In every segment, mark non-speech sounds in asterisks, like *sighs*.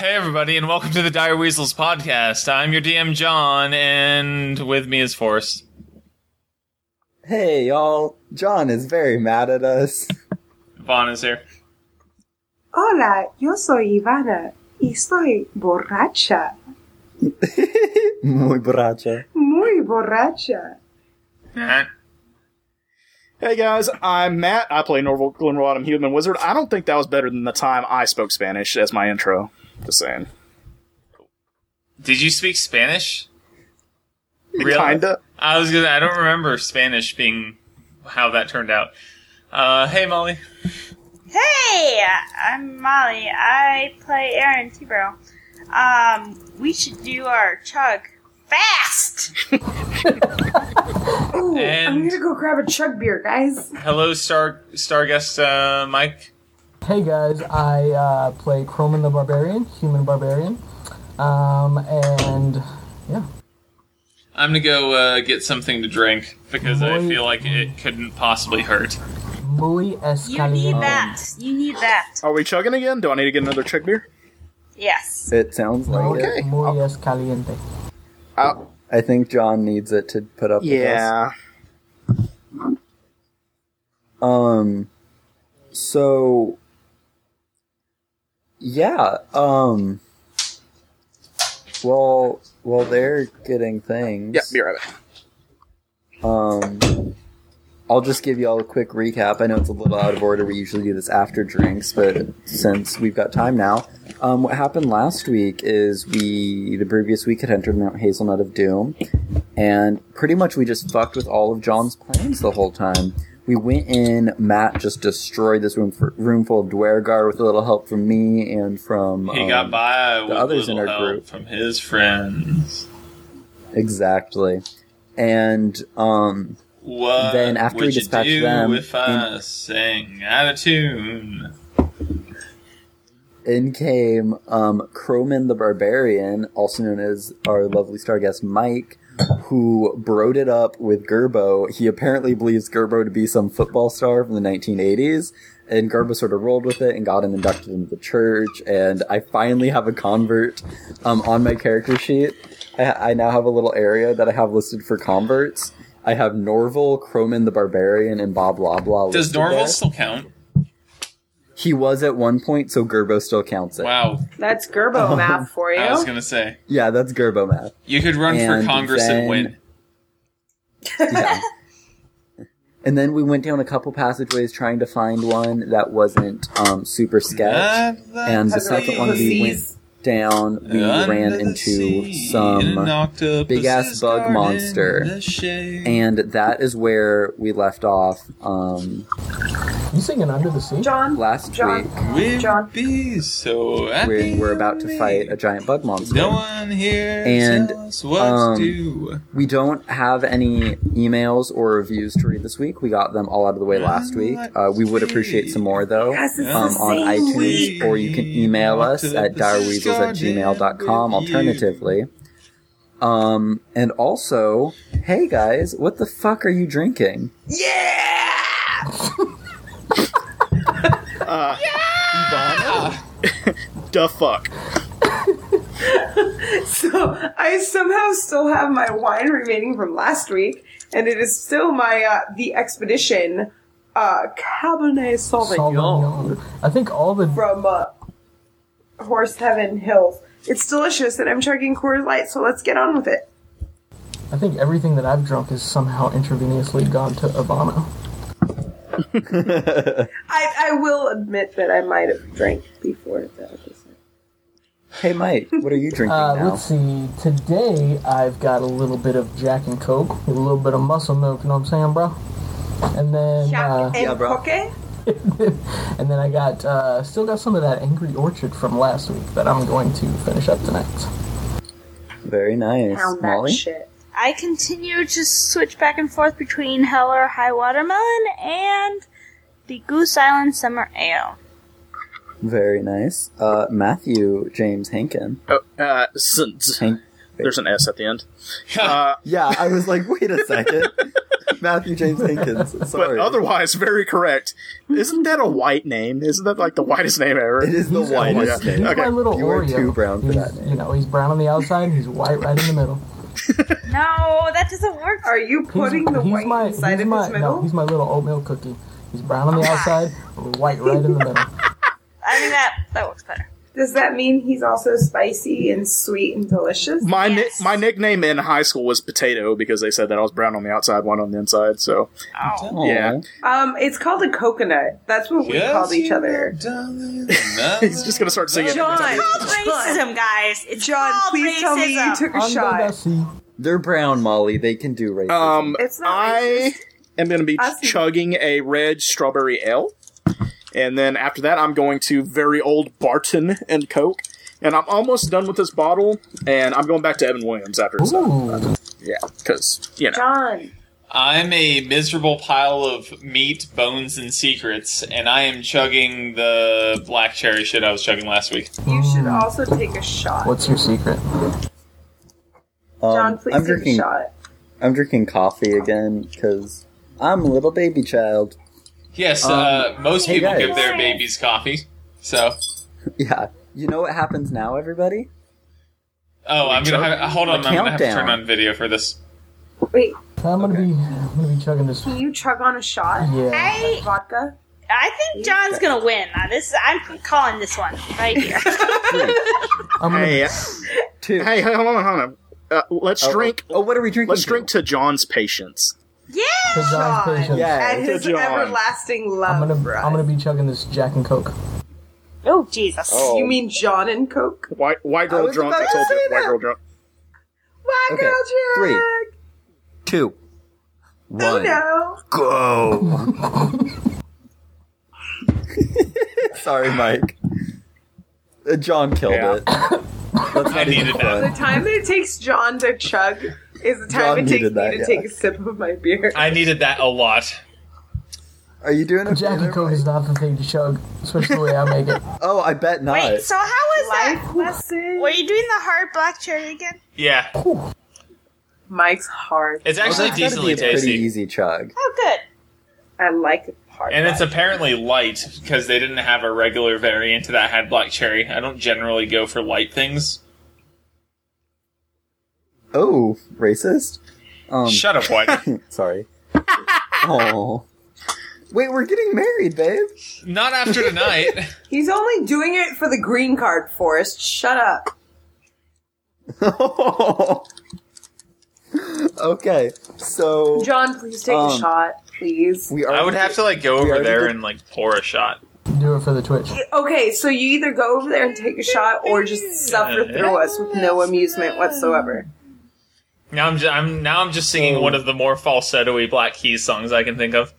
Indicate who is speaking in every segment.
Speaker 1: everybody, and welcome to the Dire Weasels podcast. I'm your DM, John, and with me is Forrest.
Speaker 2: Hey, y'all. John is very mad at us. *laughs*
Speaker 1: Vaughn is here.
Speaker 3: Hola, yo soy Ivana y estoy borracha,
Speaker 2: Muy borracha.
Speaker 3: muy borracha.
Speaker 1: Nah.
Speaker 4: Hey guys, I'm Matt. I play Norval Glenrod. I'm human wizard. I don't think that was better than the time I spoke Spanish as my intro. Just saying.
Speaker 1: Did you speak Spanish? Really?
Speaker 4: Kinda.
Speaker 1: I was gonna. I don't remember Spanish being how that turned out. Uh, hey, Molly.
Speaker 5: Hey, I'm Molly. I play Aaron Tebow. Um, we should do our chug fast.
Speaker 3: Ooh,
Speaker 1: And-
Speaker 3: I'm gonna go grab a chug beer, guys.
Speaker 1: Hello, star star guest uh, Mike.
Speaker 6: Hey guys, I uh, play Croman the Barbarian, Human Barbarian, um, and yeah,
Speaker 1: I'm gonna go uh, get something to drink because I
Speaker 6: Molly.
Speaker 1: feel like it couldn't possibly hurt.
Speaker 6: muy
Speaker 5: You need
Speaker 6: escaliente.
Speaker 5: that. You need that.
Speaker 4: Are we chugging again? Do I need to get another check beer?
Speaker 5: Yes.
Speaker 2: It sounds like
Speaker 6: Muy-
Speaker 2: it.
Speaker 4: Okay.
Speaker 6: Muy escaliente.
Speaker 4: Uh,
Speaker 2: I think John needs it to put up with us.
Speaker 4: yeah.
Speaker 2: Um so Yeah, um well well they're getting things.
Speaker 4: Yeah, be right back.
Speaker 2: Um, I'll just give you all a quick recap. I know it's a little out of order. We usually do this after drinks, but since we've got time now, um, what happened last week is we, the previous week, had entered Mount Hazelnut of Doom, and pretty much we just fucked with all of John's plans the whole time. We went in, Matt just destroyed this room, for, room full of Dwergar with a little help from me and from.
Speaker 1: He
Speaker 2: um,
Speaker 1: got by with
Speaker 2: others in
Speaker 1: little
Speaker 2: our
Speaker 1: help
Speaker 2: group.
Speaker 1: from his friends.
Speaker 2: Exactly. And, um,
Speaker 1: What
Speaker 2: Then after we
Speaker 1: would
Speaker 2: dispatch
Speaker 1: you do
Speaker 2: them,
Speaker 1: if I sang out of tune?
Speaker 2: in came um, Croman the Barbarian, also known as our lovely star guest Mike, who broed it up with Gerbo. He apparently believes Gerbo to be some football star from the 1980s, and Gerbo sort of rolled with it and got him inducted into the church. And I finally have a convert um, on my character sheet. I, I now have a little area that I have listed for converts. I have Norval, Croman the Barbarian, and Bob Blah Blah.
Speaker 1: Does
Speaker 2: listed there.
Speaker 1: Norval still count?
Speaker 2: He was at one point, so Gerbo still counts it.
Speaker 1: Wow,
Speaker 3: That's Gerbo math for you.
Speaker 1: I was gonna say
Speaker 2: Yeah, that's Gerbo math.
Speaker 1: you could run for
Speaker 2: And
Speaker 1: Congress
Speaker 2: then-
Speaker 1: and win.
Speaker 2: yeah. And then we went down a couple passageways trying to find one that wasn't um, super sketch. And the second one we went down, we ran into some, big-ass bug monster.
Speaker 1: And
Speaker 2: and that is where we left off um,
Speaker 6: You singing Under the Sea?
Speaker 3: John,
Speaker 2: last
Speaker 3: John.
Speaker 2: week.
Speaker 1: we
Speaker 3: John.
Speaker 1: be so happy
Speaker 2: When we're about to
Speaker 1: me.
Speaker 2: fight a giant bug monster.
Speaker 1: No one here
Speaker 2: And,
Speaker 1: tells what
Speaker 2: um,
Speaker 1: to do.
Speaker 2: We don't have any emails or reviews to read this week. We got them all out of the way last week. Uh, we would appreciate some more, though,
Speaker 3: Yes, it's
Speaker 2: um,
Speaker 3: the
Speaker 2: on
Speaker 3: same
Speaker 2: iTunes,
Speaker 3: week.
Speaker 2: or you can email us at direweasels at gmail.com alternatively. Um, and also, hey guys, what the fuck are you drinking?
Speaker 4: Uh, Duh fuck.
Speaker 3: So I somehow still have my wine remaining from last week, and it is still my uh, the expedition uh, Cabernet Sauvignon,
Speaker 6: Sauvignon. I think all the
Speaker 3: from uh, Horse Heaven Hills. It's delicious, and I'm chugging Coors Light. So let's get on with it.
Speaker 6: I think everything that I've drunk is somehow intravenously gone to Ivana.
Speaker 3: I, I will admit that I might have drank before the episode.
Speaker 2: Hey Mike, what *laughs* are you drinking
Speaker 6: Uh,
Speaker 2: now?
Speaker 6: let's see. Today I've got a little bit of Jack and Coke, a little bit of muscle milk. You know what I'm saying, bro? And then, uh,
Speaker 3: and
Speaker 2: Yeah, bro.
Speaker 3: poke?
Speaker 6: *laughs* and then I got uh, still got some of that Angry Orchard from last week that I'm going to finish up tonight.
Speaker 2: Very nice.
Speaker 3: Pound that
Speaker 2: Molly?
Speaker 3: shit.
Speaker 5: I continue to switch back and forth between Heller High Watermelon and the Goose Island Summer Ale.
Speaker 2: Very nice. Uh, Matthew James Hankin.
Speaker 4: Oh, uh, s- s-
Speaker 2: Hank-
Speaker 4: there's an S at the end. *laughs* Uh,
Speaker 2: yeah, I was like, wait a second. *laughs* Matthew James *laughs* Hankins.
Speaker 4: but
Speaker 2: Sorry.
Speaker 4: otherwise very correct. Isn't that a white name? Isn't that like the whitest name ever?
Speaker 2: it is the whitest
Speaker 4: yeah.
Speaker 6: He's
Speaker 2: name.
Speaker 4: Okay.
Speaker 6: my little
Speaker 2: You are
Speaker 6: Oreo.
Speaker 2: too brown for
Speaker 6: he's,
Speaker 2: that name.
Speaker 6: You know, he's brown on the outside. He's white right in the middle.
Speaker 5: No, that doesn't work.
Speaker 3: Are you
Speaker 6: He's-
Speaker 3: putting the
Speaker 6: he's
Speaker 3: white
Speaker 6: my,
Speaker 3: inside
Speaker 6: he's
Speaker 3: of
Speaker 6: my,
Speaker 3: his
Speaker 6: No,
Speaker 3: middle?
Speaker 6: he's my little oatmeal cookie. He's brown on the outside, white right in
Speaker 3: *laughs*
Speaker 6: the middle.
Speaker 5: I think that that works better.
Speaker 3: Does that mean he's also spicy and sweet and delicious?
Speaker 4: My ni-
Speaker 5: Yes.
Speaker 4: my nickname in high school was Potato because they said that I was brown on the outside, white on the inside. So
Speaker 5: Oh,
Speaker 4: yeah,
Speaker 3: Um, it's called a coconut. That's what we called each other.
Speaker 1: Oh.
Speaker 4: *laughs*
Speaker 2: *laughs*
Speaker 4: he's just gonna start singing.
Speaker 3: John.
Speaker 4: every time
Speaker 5: It's called racism, guys. It's
Speaker 3: John,
Speaker 5: called
Speaker 3: please tell me you
Speaker 5: racism.
Speaker 3: took a
Speaker 6: Under the
Speaker 3: shot.
Speaker 6: sea.
Speaker 2: They're brown, Molly. They can do
Speaker 4: he-
Speaker 2: racism.
Speaker 4: Um,
Speaker 3: It's not
Speaker 4: I am gonna be
Speaker 3: I see.
Speaker 4: chugging a red strawberry ale, and then after that, I'm going to very old Barton and Coke. And I'm almost done with this bottle, and I'm going back to Evan Williams after. So,
Speaker 6: Ooh.
Speaker 4: yeah, because you know,
Speaker 3: John.
Speaker 1: I'm a miserable pile of meat, bones, and secrets, and I am chugging the black cherry shit I was chugging last week.
Speaker 3: You should
Speaker 6: Mm.
Speaker 3: also take a shot.
Speaker 6: What's your secret?
Speaker 2: Um,
Speaker 3: John, please
Speaker 2: I'm
Speaker 3: take
Speaker 2: drinking.
Speaker 3: a shot.
Speaker 2: I'm drinking coffee again because I'm a little baby child. *laughs*
Speaker 1: Yes,
Speaker 2: Um,
Speaker 1: uh, most
Speaker 2: hey,
Speaker 1: people
Speaker 2: guys.
Speaker 1: give their babies coffee. So,
Speaker 2: Yeah. You know what happens now, everybody?
Speaker 1: oh, I'm gonna have, hold on.
Speaker 2: The
Speaker 1: I'm gonna have to turn
Speaker 2: countdown.
Speaker 1: on video for this.
Speaker 3: Wait,
Speaker 6: I'm gonna be, I'm gonna be chugging this.
Speaker 3: can you chug on a shot?
Speaker 6: Yeah.
Speaker 5: I
Speaker 3: Vodka?
Speaker 5: I think John's gonna win. Now, this I'm calling this one right here.
Speaker 6: I'm gonna,
Speaker 4: hey,
Speaker 2: Two.
Speaker 4: hey, hold on, hold on. Uh, let's
Speaker 2: Oh,
Speaker 4: drink.
Speaker 2: Oh, what are we drinking?
Speaker 4: Let's drink to John's patience.
Speaker 6: to
Speaker 5: yeah.
Speaker 6: John's
Speaker 3: John.
Speaker 6: patience.
Speaker 2: Yeah.
Speaker 3: And his
Speaker 4: John.
Speaker 3: everlasting
Speaker 6: I'm
Speaker 3: love.
Speaker 6: gonna,
Speaker 3: for us.
Speaker 6: I'm gonna be chugging this Jack and Coke.
Speaker 5: Oh Jesus.
Speaker 4: Oh.
Speaker 3: You mean John and Coke?
Speaker 4: White white
Speaker 2: I
Speaker 4: girl
Speaker 2: was
Speaker 4: drunk.
Speaker 2: about
Speaker 4: I
Speaker 2: to
Speaker 4: told
Speaker 2: say
Speaker 4: you, white
Speaker 2: that.
Speaker 4: girl drunk.
Speaker 3: My
Speaker 2: Okay,
Speaker 3: girl, Jack.
Speaker 2: three, Two.
Speaker 3: Oh
Speaker 2: One.
Speaker 3: no.
Speaker 2: Go. *laughs* Sorry, Mike. Uh, John killed
Speaker 4: Yeah.
Speaker 2: it. That's not
Speaker 1: I
Speaker 2: even
Speaker 1: needed
Speaker 2: fun.
Speaker 1: that.
Speaker 3: The time that it takes John to chug is the time
Speaker 2: John
Speaker 3: it takes me
Speaker 2: needed that,
Speaker 3: to
Speaker 2: yeah.
Speaker 3: take a sip of my beer.
Speaker 1: I needed that a lot.
Speaker 2: Are you doing it?
Speaker 6: Jack and Coke is not the thing to chug, especially the way I make it.
Speaker 2: Oh, I bet not.
Speaker 5: Wait. So how was that?
Speaker 3: Life lesson.
Speaker 5: Were you doing the hard black cherry again?
Speaker 1: Yeah,
Speaker 3: Mike's hard.
Speaker 1: it's actually
Speaker 2: That's gotta be
Speaker 1: decently
Speaker 2: a pretty
Speaker 1: tasty,
Speaker 2: easy chug.
Speaker 5: Oh, good.
Speaker 3: I like it hard.
Speaker 1: and it's apparently light because they didn't have a regular variant that had black cherry. I don't generally go for light things.
Speaker 2: Oh, racist. Um,
Speaker 1: Shut up,
Speaker 2: *laughs*
Speaker 1: White.
Speaker 2: sorry. Oh. Wait, we're getting married, babe. *laughs*
Speaker 1: Not after tonight.
Speaker 3: He's only doing it for the green card, Forrest. Shut up.
Speaker 2: okay, so
Speaker 3: John, please take
Speaker 2: Um,
Speaker 3: a shot, please.
Speaker 2: we are.
Speaker 1: I would have to like go
Speaker 2: We
Speaker 1: over
Speaker 2: already
Speaker 1: there
Speaker 2: did-
Speaker 1: and like pour a shot.
Speaker 6: Do it for the Twitch.
Speaker 3: Okay, so you either go over there and take a shot or just suffer through us with no amusement whatsoever.
Speaker 1: Now I'm, just, I'm now I'm just singing one of the more falsetto-y Black Keys songs I can think of.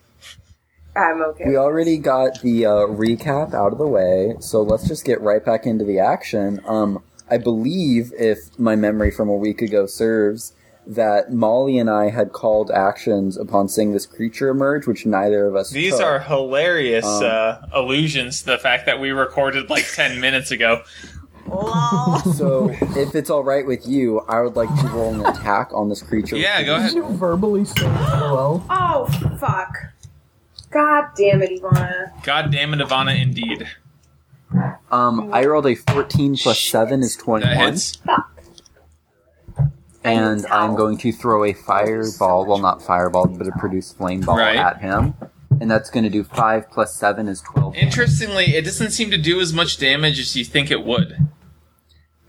Speaker 3: I'm okay.
Speaker 2: We already got the uh, recap out of the way, so let's just get right back into the action. Um, I believe, if my memory from a week ago serves, that Molly and I had called actions upon seeing this creature emerge, which neither of us.
Speaker 1: These
Speaker 2: took.
Speaker 1: are hilarious
Speaker 2: um,
Speaker 1: uh, allusions to the fact that we recorded like *laughs* 10 minutes ago.
Speaker 5: Lol.
Speaker 2: So, if it's all right with you, I would like to roll an attack on this
Speaker 1: *laughs*
Speaker 2: creature.
Speaker 1: Yeah, go
Speaker 6: Did
Speaker 1: ahead.
Speaker 6: you verbally say hello?
Speaker 3: Oh, fuck. God damn it, Ivana.
Speaker 1: God damn it, Ivana, indeed.
Speaker 2: Um, I rolled a fourteen plus seven is
Speaker 1: That
Speaker 2: twenty-one,
Speaker 1: hits.
Speaker 2: and I'm going to throw a fireball. Well, not fireball, but a produce flame ball
Speaker 1: Right.
Speaker 2: at him, and that's going to do five plus seven is twelve.
Speaker 1: Interestingly, it doesn't seem to do as much damage as you think it would.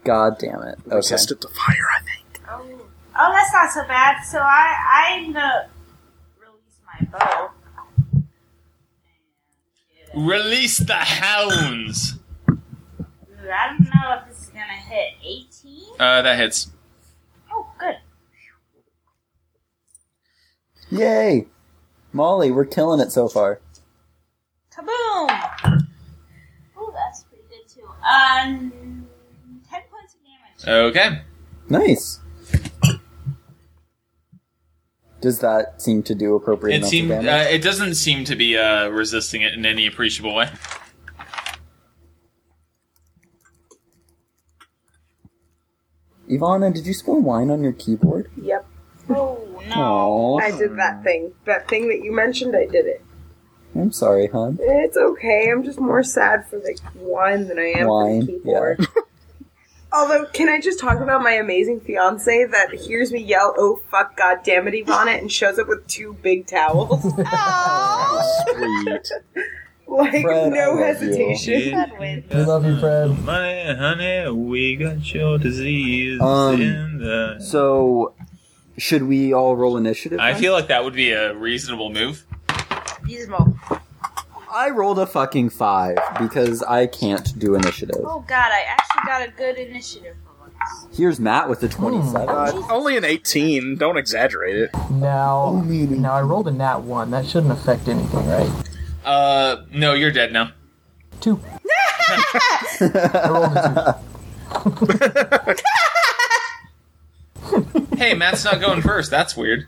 Speaker 2: God damn it! Okay.
Speaker 4: Resistant to fire,
Speaker 2: *laughs*
Speaker 4: I think.
Speaker 5: Oh, that's not so bad. So I, I'm gonna release my bow.
Speaker 1: Release the hounds.
Speaker 5: Ooh, I don't know if this is gonna hit 18.
Speaker 1: Uh, that hits.
Speaker 5: Oh, good.
Speaker 2: Yay, Molly, we're killing it so far.
Speaker 5: Kaboom! Ooh, that's pretty good too. Um, 10 points of damage.
Speaker 1: Okay.
Speaker 2: Nice. Does that seem to do
Speaker 1: It
Speaker 2: appropriate enough
Speaker 1: seemed.
Speaker 2: damage?
Speaker 1: Uh, it doesn't seem to be uh, resisting it in any appreciable way.
Speaker 2: Ivana, did you spill wine on your keyboard?
Speaker 3: Yep.
Speaker 5: Oh no.
Speaker 2: Aww.
Speaker 3: I did that thing. That thing that you mentioned, I did it.
Speaker 2: I'm sorry, hon.
Speaker 3: It's okay. I'm just more sad for the wine than I am for
Speaker 2: Wine,
Speaker 3: the keyboard.
Speaker 2: *laughs*
Speaker 3: Although, can I just talk about my amazing fiance that hears me yell, "Oh fuck, god damn it, Ivana," and shows up with two big towels, *laughs*
Speaker 5: Oh,
Speaker 4: Sweet.
Speaker 3: like
Speaker 2: Fred, I
Speaker 3: no
Speaker 2: love you.
Speaker 3: hesitation.
Speaker 5: Oh,
Speaker 3: *laughs*
Speaker 5: that with
Speaker 6: We love you, Fred.
Speaker 1: Money, honey, we got your disease
Speaker 2: Um,
Speaker 1: in the.
Speaker 2: So, should we all roll initiative?
Speaker 1: I
Speaker 2: then?
Speaker 1: feel like that would be a reasonable move.
Speaker 5: Gizmo.
Speaker 2: I rolled a fucking five because I can't do initiative.
Speaker 5: Oh god, I actually got a good initiative for once.
Speaker 2: Here's Matt
Speaker 5: Hmm.
Speaker 2: with the 27.
Speaker 4: *laughs* Uh, only an 18. Don't exaggerate it.
Speaker 6: Now,
Speaker 2: meaning.
Speaker 5: *laughs*
Speaker 6: now I rolled a nat one. That shouldn't affect anything, right?
Speaker 1: Uh, no, you're dead now.
Speaker 6: Two. I rolled a
Speaker 1: Hey, Matt's not going first. That's weird.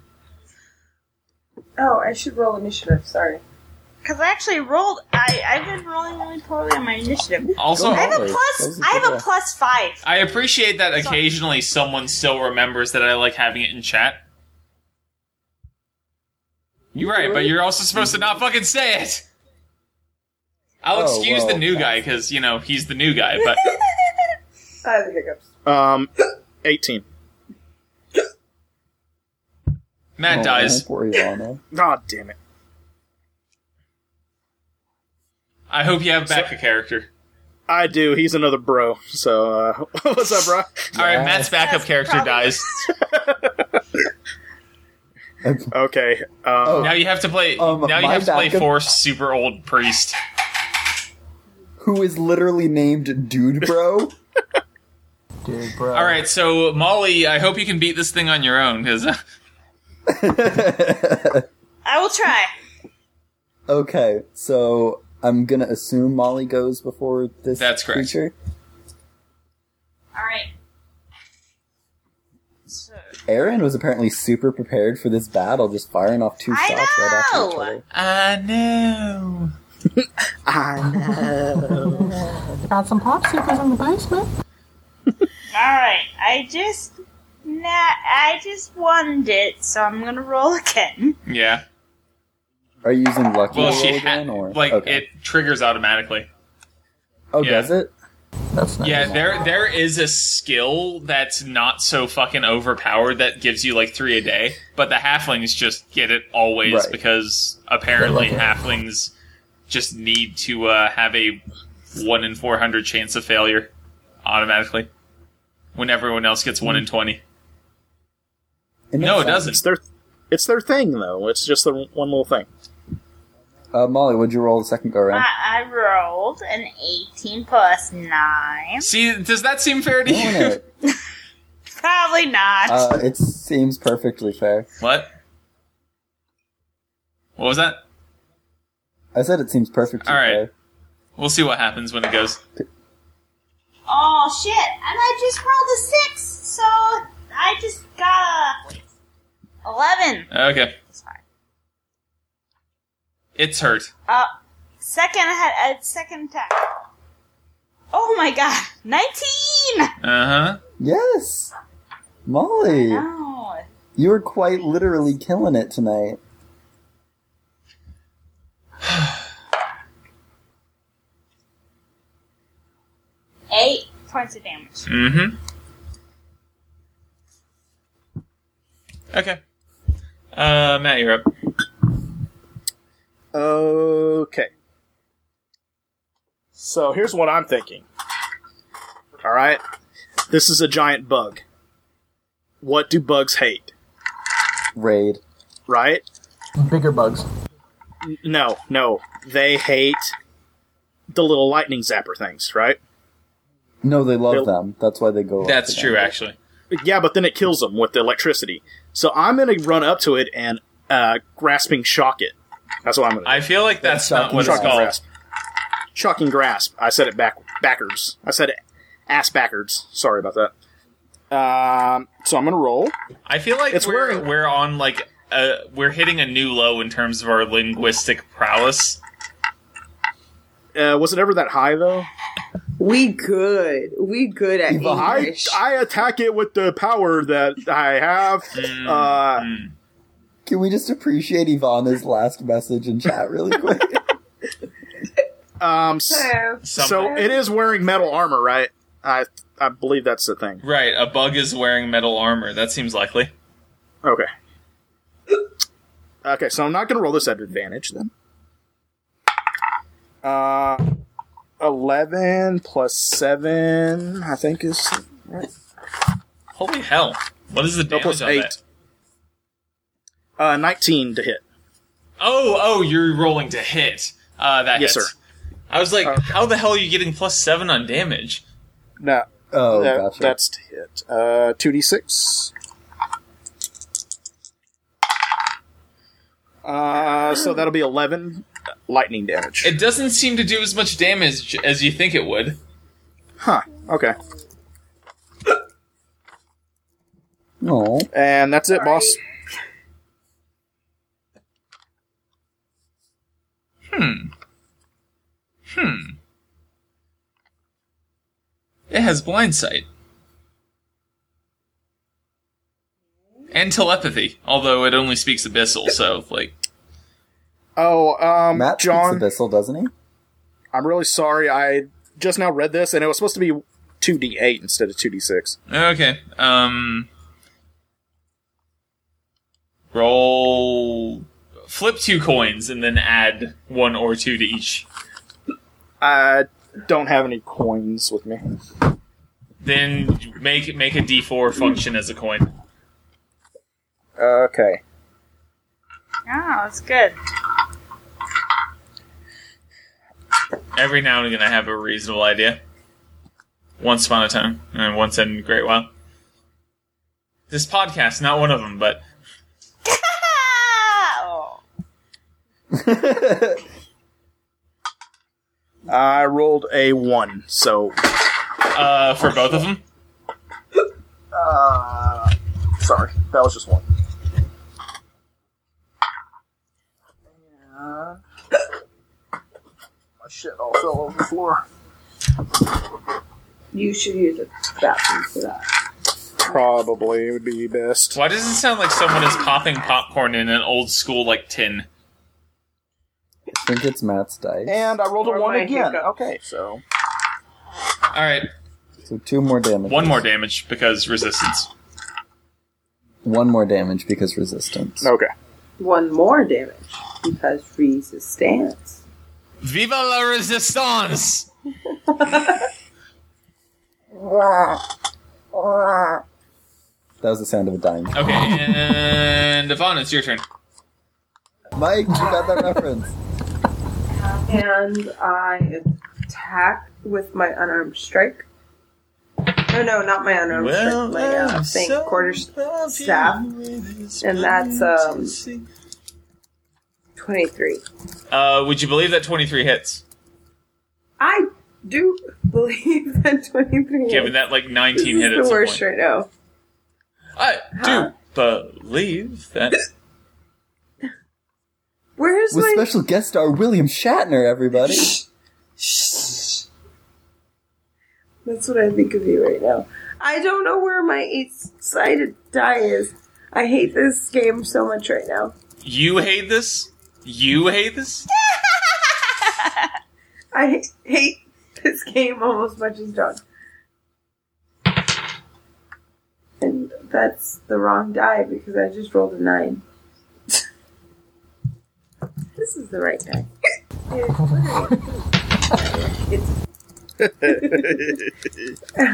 Speaker 3: Oh, I should roll initiative. Sorry.
Speaker 5: Cause I actually rolled. I I've been rolling really poorly on my initiative.
Speaker 1: Also,
Speaker 5: I have a
Speaker 2: Always. That was
Speaker 5: plus.
Speaker 2: a
Speaker 5: I have
Speaker 2: good
Speaker 5: a
Speaker 2: roll.
Speaker 5: plus five.
Speaker 1: I appreciate that occasionally someone still remembers that I like having it in chat. You're right, but you're also supposed to not fucking say it. I'll
Speaker 2: Oh,
Speaker 1: excuse the
Speaker 2: well,
Speaker 1: new guy because you know he's the new guy,
Speaker 2: *laughs*
Speaker 1: but
Speaker 3: I have the hiccups.
Speaker 4: Um, 18.
Speaker 1: Matt
Speaker 2: Oh,
Speaker 1: dies.
Speaker 2: poor Ilana.
Speaker 4: God damn it.
Speaker 1: I hope you have back a character.
Speaker 4: I do. He's another bro. So, uh, *laughs* what's up, bro?
Speaker 1: All right,
Speaker 2: Yeah.
Speaker 1: Matt's backup
Speaker 5: That's
Speaker 1: character
Speaker 5: probably-
Speaker 1: dies.
Speaker 4: Okay. Um,
Speaker 1: Now you have to play.
Speaker 2: Um,
Speaker 1: now you
Speaker 2: my
Speaker 1: have to play
Speaker 2: backup-
Speaker 1: Force Super Old Priest.
Speaker 2: Who is literally named Dude Bro? *laughs*
Speaker 6: two. Dude, bro.
Speaker 1: All right, so Molly, I hope you can beat this thing on your own uh, because
Speaker 5: I will try.
Speaker 2: okay, so I'm gonna assume Molly goes before this
Speaker 1: That's correct.
Speaker 2: creature.
Speaker 5: All right. So
Speaker 2: Aaron was apparently super prepared for this battle, just firing off two
Speaker 5: I
Speaker 2: shots right after each
Speaker 5: know!
Speaker 2: other.
Speaker 1: I know.
Speaker 6: Got some popsicles in the basement.
Speaker 5: all right, I just nah, I just won it, so I'm gonna roll again. *laughs*
Speaker 1: Yeah.
Speaker 2: Are you using lucky
Speaker 1: Well,
Speaker 2: roll
Speaker 1: she ha-
Speaker 2: again, or
Speaker 1: like
Speaker 2: okay.
Speaker 1: it triggers automatically.
Speaker 2: Oh,
Speaker 1: yeah.
Speaker 2: does it?
Speaker 6: That's not
Speaker 1: Yeah, there there is a skill that's not so fucking overpowered that gives you like three a day, but the halflings just get it always
Speaker 2: Right.
Speaker 1: because apparently
Speaker 6: They love
Speaker 1: halflings just need to uh, have a one in four hundred chance of failure automatically when everyone else gets one in twenty.
Speaker 2: makes
Speaker 1: No, it
Speaker 2: Hmm. sense.
Speaker 1: doesn't.
Speaker 4: it's their, it's their thing, though. It's just the one little thing.
Speaker 2: Uh, Molly, would you roll the second go round?
Speaker 5: I, I rolled an 18 plus nine.
Speaker 1: See, does that seem fair to
Speaker 2: Doing
Speaker 1: you?
Speaker 2: it.
Speaker 5: Probably not.
Speaker 2: Uh, it seems perfectly fair.
Speaker 1: *laughs* What? What was that?
Speaker 2: I said it seems perfectly
Speaker 1: All right.
Speaker 2: fair.
Speaker 1: We'll see what happens when it goes.
Speaker 5: oh shit! And I just rolled a six, so I just got a 11.
Speaker 1: Okay,
Speaker 5: That's fine.
Speaker 1: it's hurt.
Speaker 5: Uh, second, I had a second attack. Oh my god, 19!
Speaker 1: Uh huh.
Speaker 2: Yes, Molly,
Speaker 5: No.
Speaker 2: you were quite literally killing it tonight.
Speaker 5: Eight points of damage.
Speaker 3: Mm.
Speaker 1: Mm-hmm. Okay. Uh, Matt, you're up.
Speaker 4: Okay. So here's what I'm thinking. All right. This is a giant bug. What do bugs hate?
Speaker 2: Raid.
Speaker 4: Right?
Speaker 6: bigger bugs.
Speaker 4: N- No, no. They hate the little lightning zapper things, right?
Speaker 2: No, they love
Speaker 4: They'll-
Speaker 2: them. That's why they go.
Speaker 1: That's
Speaker 2: after
Speaker 1: true,
Speaker 2: them.
Speaker 1: actually.
Speaker 4: Yeah, but then it kills them with the electricity. So I'm going to run up to it and uh, grasping shock it. That's what I'm going to do.
Speaker 1: I feel like that's not
Speaker 2: shocking
Speaker 1: what it's
Speaker 2: shock.
Speaker 4: Shocking
Speaker 1: called.
Speaker 4: grasp. Shocking grasp. I said it back backwards. I said it ass backwards. Sorry about that. Um, so I'm gonna roll.
Speaker 1: I feel like
Speaker 4: It's
Speaker 1: we're
Speaker 4: wearing-
Speaker 1: we're on like uh we're hitting a new low in terms of our linguistic prowess.
Speaker 4: Uh, was it ever that high though?
Speaker 3: We good. We good at
Speaker 4: I
Speaker 3: English.
Speaker 4: I attack it with the power that I have.
Speaker 1: Hmm.
Speaker 4: Uh,
Speaker 2: Can we just appreciate Ivana's last message in chat
Speaker 4: *laughs*
Speaker 2: really quick?
Speaker 4: um, s-
Speaker 3: So,
Speaker 4: so it is wearing metal armor, right? I I believe that's the thing.
Speaker 1: Right, a bug is wearing metal armor. That seems likely.
Speaker 4: Okay. Okay, so I'm not going to roll this at advantage then. Uh, 11 plus 7, I think is right.
Speaker 1: Holy hell! What is the
Speaker 4: No,
Speaker 1: damage
Speaker 4: plus
Speaker 1: on
Speaker 4: 8.
Speaker 1: that?
Speaker 4: Uh, 19 to hit.
Speaker 1: Oh, oh, you're rolling to hit. Uh, that
Speaker 4: Yes,
Speaker 1: hits.
Speaker 4: sir.
Speaker 1: I was like,
Speaker 4: Okay.
Speaker 1: how the hell are you getting plus seven on damage?
Speaker 4: No,
Speaker 2: Oh,
Speaker 4: that-
Speaker 2: gotcha.
Speaker 4: that's to hit. Uh, 2d6. Uh, so that'll be 11 lightning damage.
Speaker 1: It doesn't seem to do as much damage as you think it would.
Speaker 4: huh, okay.
Speaker 2: Aw.
Speaker 4: And that's it, boss.
Speaker 1: It has blindsight. And telepathy, although it only speaks abyssal, so, like,
Speaker 4: Oh, um,
Speaker 2: Matt
Speaker 4: John.
Speaker 2: speaks abyssal, doesn't he?
Speaker 4: I'm really sorry. I just now read this, and it was supposed to be 2d8 instead of 2d6.
Speaker 1: okay. Um. Roll. Flip two coins and then add one or two to each.
Speaker 4: I don't have any coins with me.
Speaker 1: Then make make a d4 function as a coin.
Speaker 4: Okay.
Speaker 5: Oh, it's good.
Speaker 1: Every now and again, I have a reasonable idea. Once upon a time, and once in a great while. This podcast, not one of them, but
Speaker 5: oh.
Speaker 4: I rolled a 1, so.
Speaker 1: uh, for both of them.
Speaker 4: Uh, sorry. That was just one. And my shit all fell over the floor.
Speaker 3: you should use a bathroom for that.
Speaker 4: Probably would be best.
Speaker 1: Why does it sound like someone is popping popcorn in an old school like tin?
Speaker 2: I think it's Matt's dice.
Speaker 4: And I rolled a
Speaker 3: Or
Speaker 4: 1
Speaker 3: my
Speaker 4: again.
Speaker 3: hiccup.
Speaker 4: Okay, so.
Speaker 1: All right,
Speaker 2: so two more damage.
Speaker 1: one more damage because resistance.
Speaker 2: One more damage because resistance.
Speaker 4: Okay.
Speaker 3: One more damage because resistance.
Speaker 1: Viva la resistance!
Speaker 2: That was the sound of a dime.
Speaker 1: Okay, and Yvonne, it's your turn.
Speaker 2: Mike, you got
Speaker 4: *laughs*
Speaker 2: that reference.
Speaker 3: And I attack with my unarmed strike. No, no, not my unarmed strike. My uh, thing, quarter staff, and that's um twenty-three.
Speaker 1: Uh, would you believe that twenty three hits?
Speaker 3: I do *laughs* believe that twenty-three.
Speaker 1: Given that like nineteen hit at
Speaker 3: is the
Speaker 1: some
Speaker 3: worst
Speaker 1: point.
Speaker 3: right now.
Speaker 1: I
Speaker 3: Huh?
Speaker 1: do believe that.
Speaker 3: Where's
Speaker 2: With
Speaker 3: my
Speaker 2: special guest star William Shatner, everybody.
Speaker 3: That's what I think of you right now. I don't know where my eight sided die is. I hate this game so much right now.
Speaker 1: You hate this. You hate this.
Speaker 3: I hate this game almost as much as John. And that's the wrong die because I just rolled a nine. *laughs* this is the right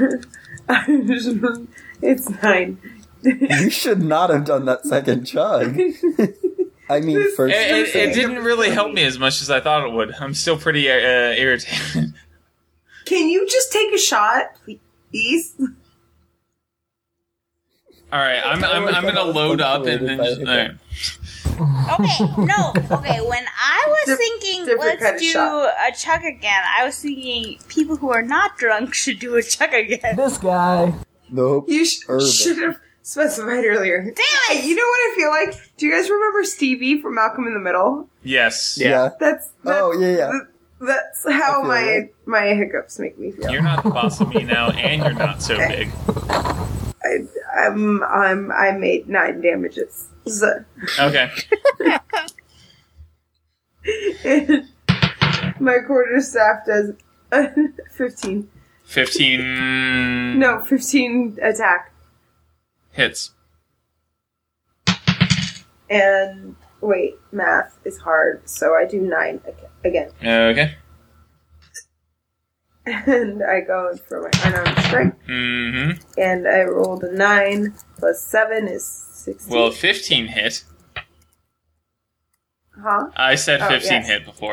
Speaker 3: die. *laughs* It's, it's nine.
Speaker 2: you should not have done that second chug. I mean,
Speaker 1: It,
Speaker 2: first.
Speaker 1: it- it
Speaker 2: chug.
Speaker 1: didn't really help me as much as I thought it would. I'm still pretty uh, irritated. *laughs*
Speaker 3: Can you just take a shot, please?
Speaker 1: All right, I'm I'm, I'm gonna load up and then just, all right.
Speaker 5: Okay, no. Okay, when I was
Speaker 3: Dif-
Speaker 5: thinking,
Speaker 3: different
Speaker 5: let's
Speaker 3: kind of
Speaker 5: do
Speaker 3: shot.
Speaker 5: a chug again, I was thinking people who are not drunk should do a chug again.
Speaker 6: This guy.
Speaker 2: Nope.
Speaker 3: You sh-
Speaker 2: Urban.
Speaker 3: should have specified earlier. Damn
Speaker 5: it!
Speaker 3: You know what I feel like? Do you guys remember Stevie from Malcolm in the Middle?
Speaker 1: yes,
Speaker 2: Yeah.
Speaker 3: That's, that's
Speaker 2: Oh, yeah, yeah.
Speaker 3: th- That's how
Speaker 2: feel
Speaker 3: my
Speaker 2: it.
Speaker 3: my hiccups make me feel.
Speaker 1: You're not the boss of me now, and you're not so big.
Speaker 3: I, I'm, I'm I made nine damages. So *laughs*
Speaker 1: Okay.
Speaker 3: my quarterstaff does uh, *laughs* fifteen.
Speaker 1: 15
Speaker 3: No, fifteen attack
Speaker 1: hits.
Speaker 3: and wait, math is hard, so I do nine ag- again,
Speaker 1: Okay.
Speaker 3: and I go in for my unarmed strike,
Speaker 1: hmm
Speaker 3: and I rolled a nine plus seven is sixteen.
Speaker 1: Well, 15 hit.
Speaker 3: huh?
Speaker 1: I said
Speaker 3: Oh,
Speaker 1: 15
Speaker 3: yes.
Speaker 1: hit before.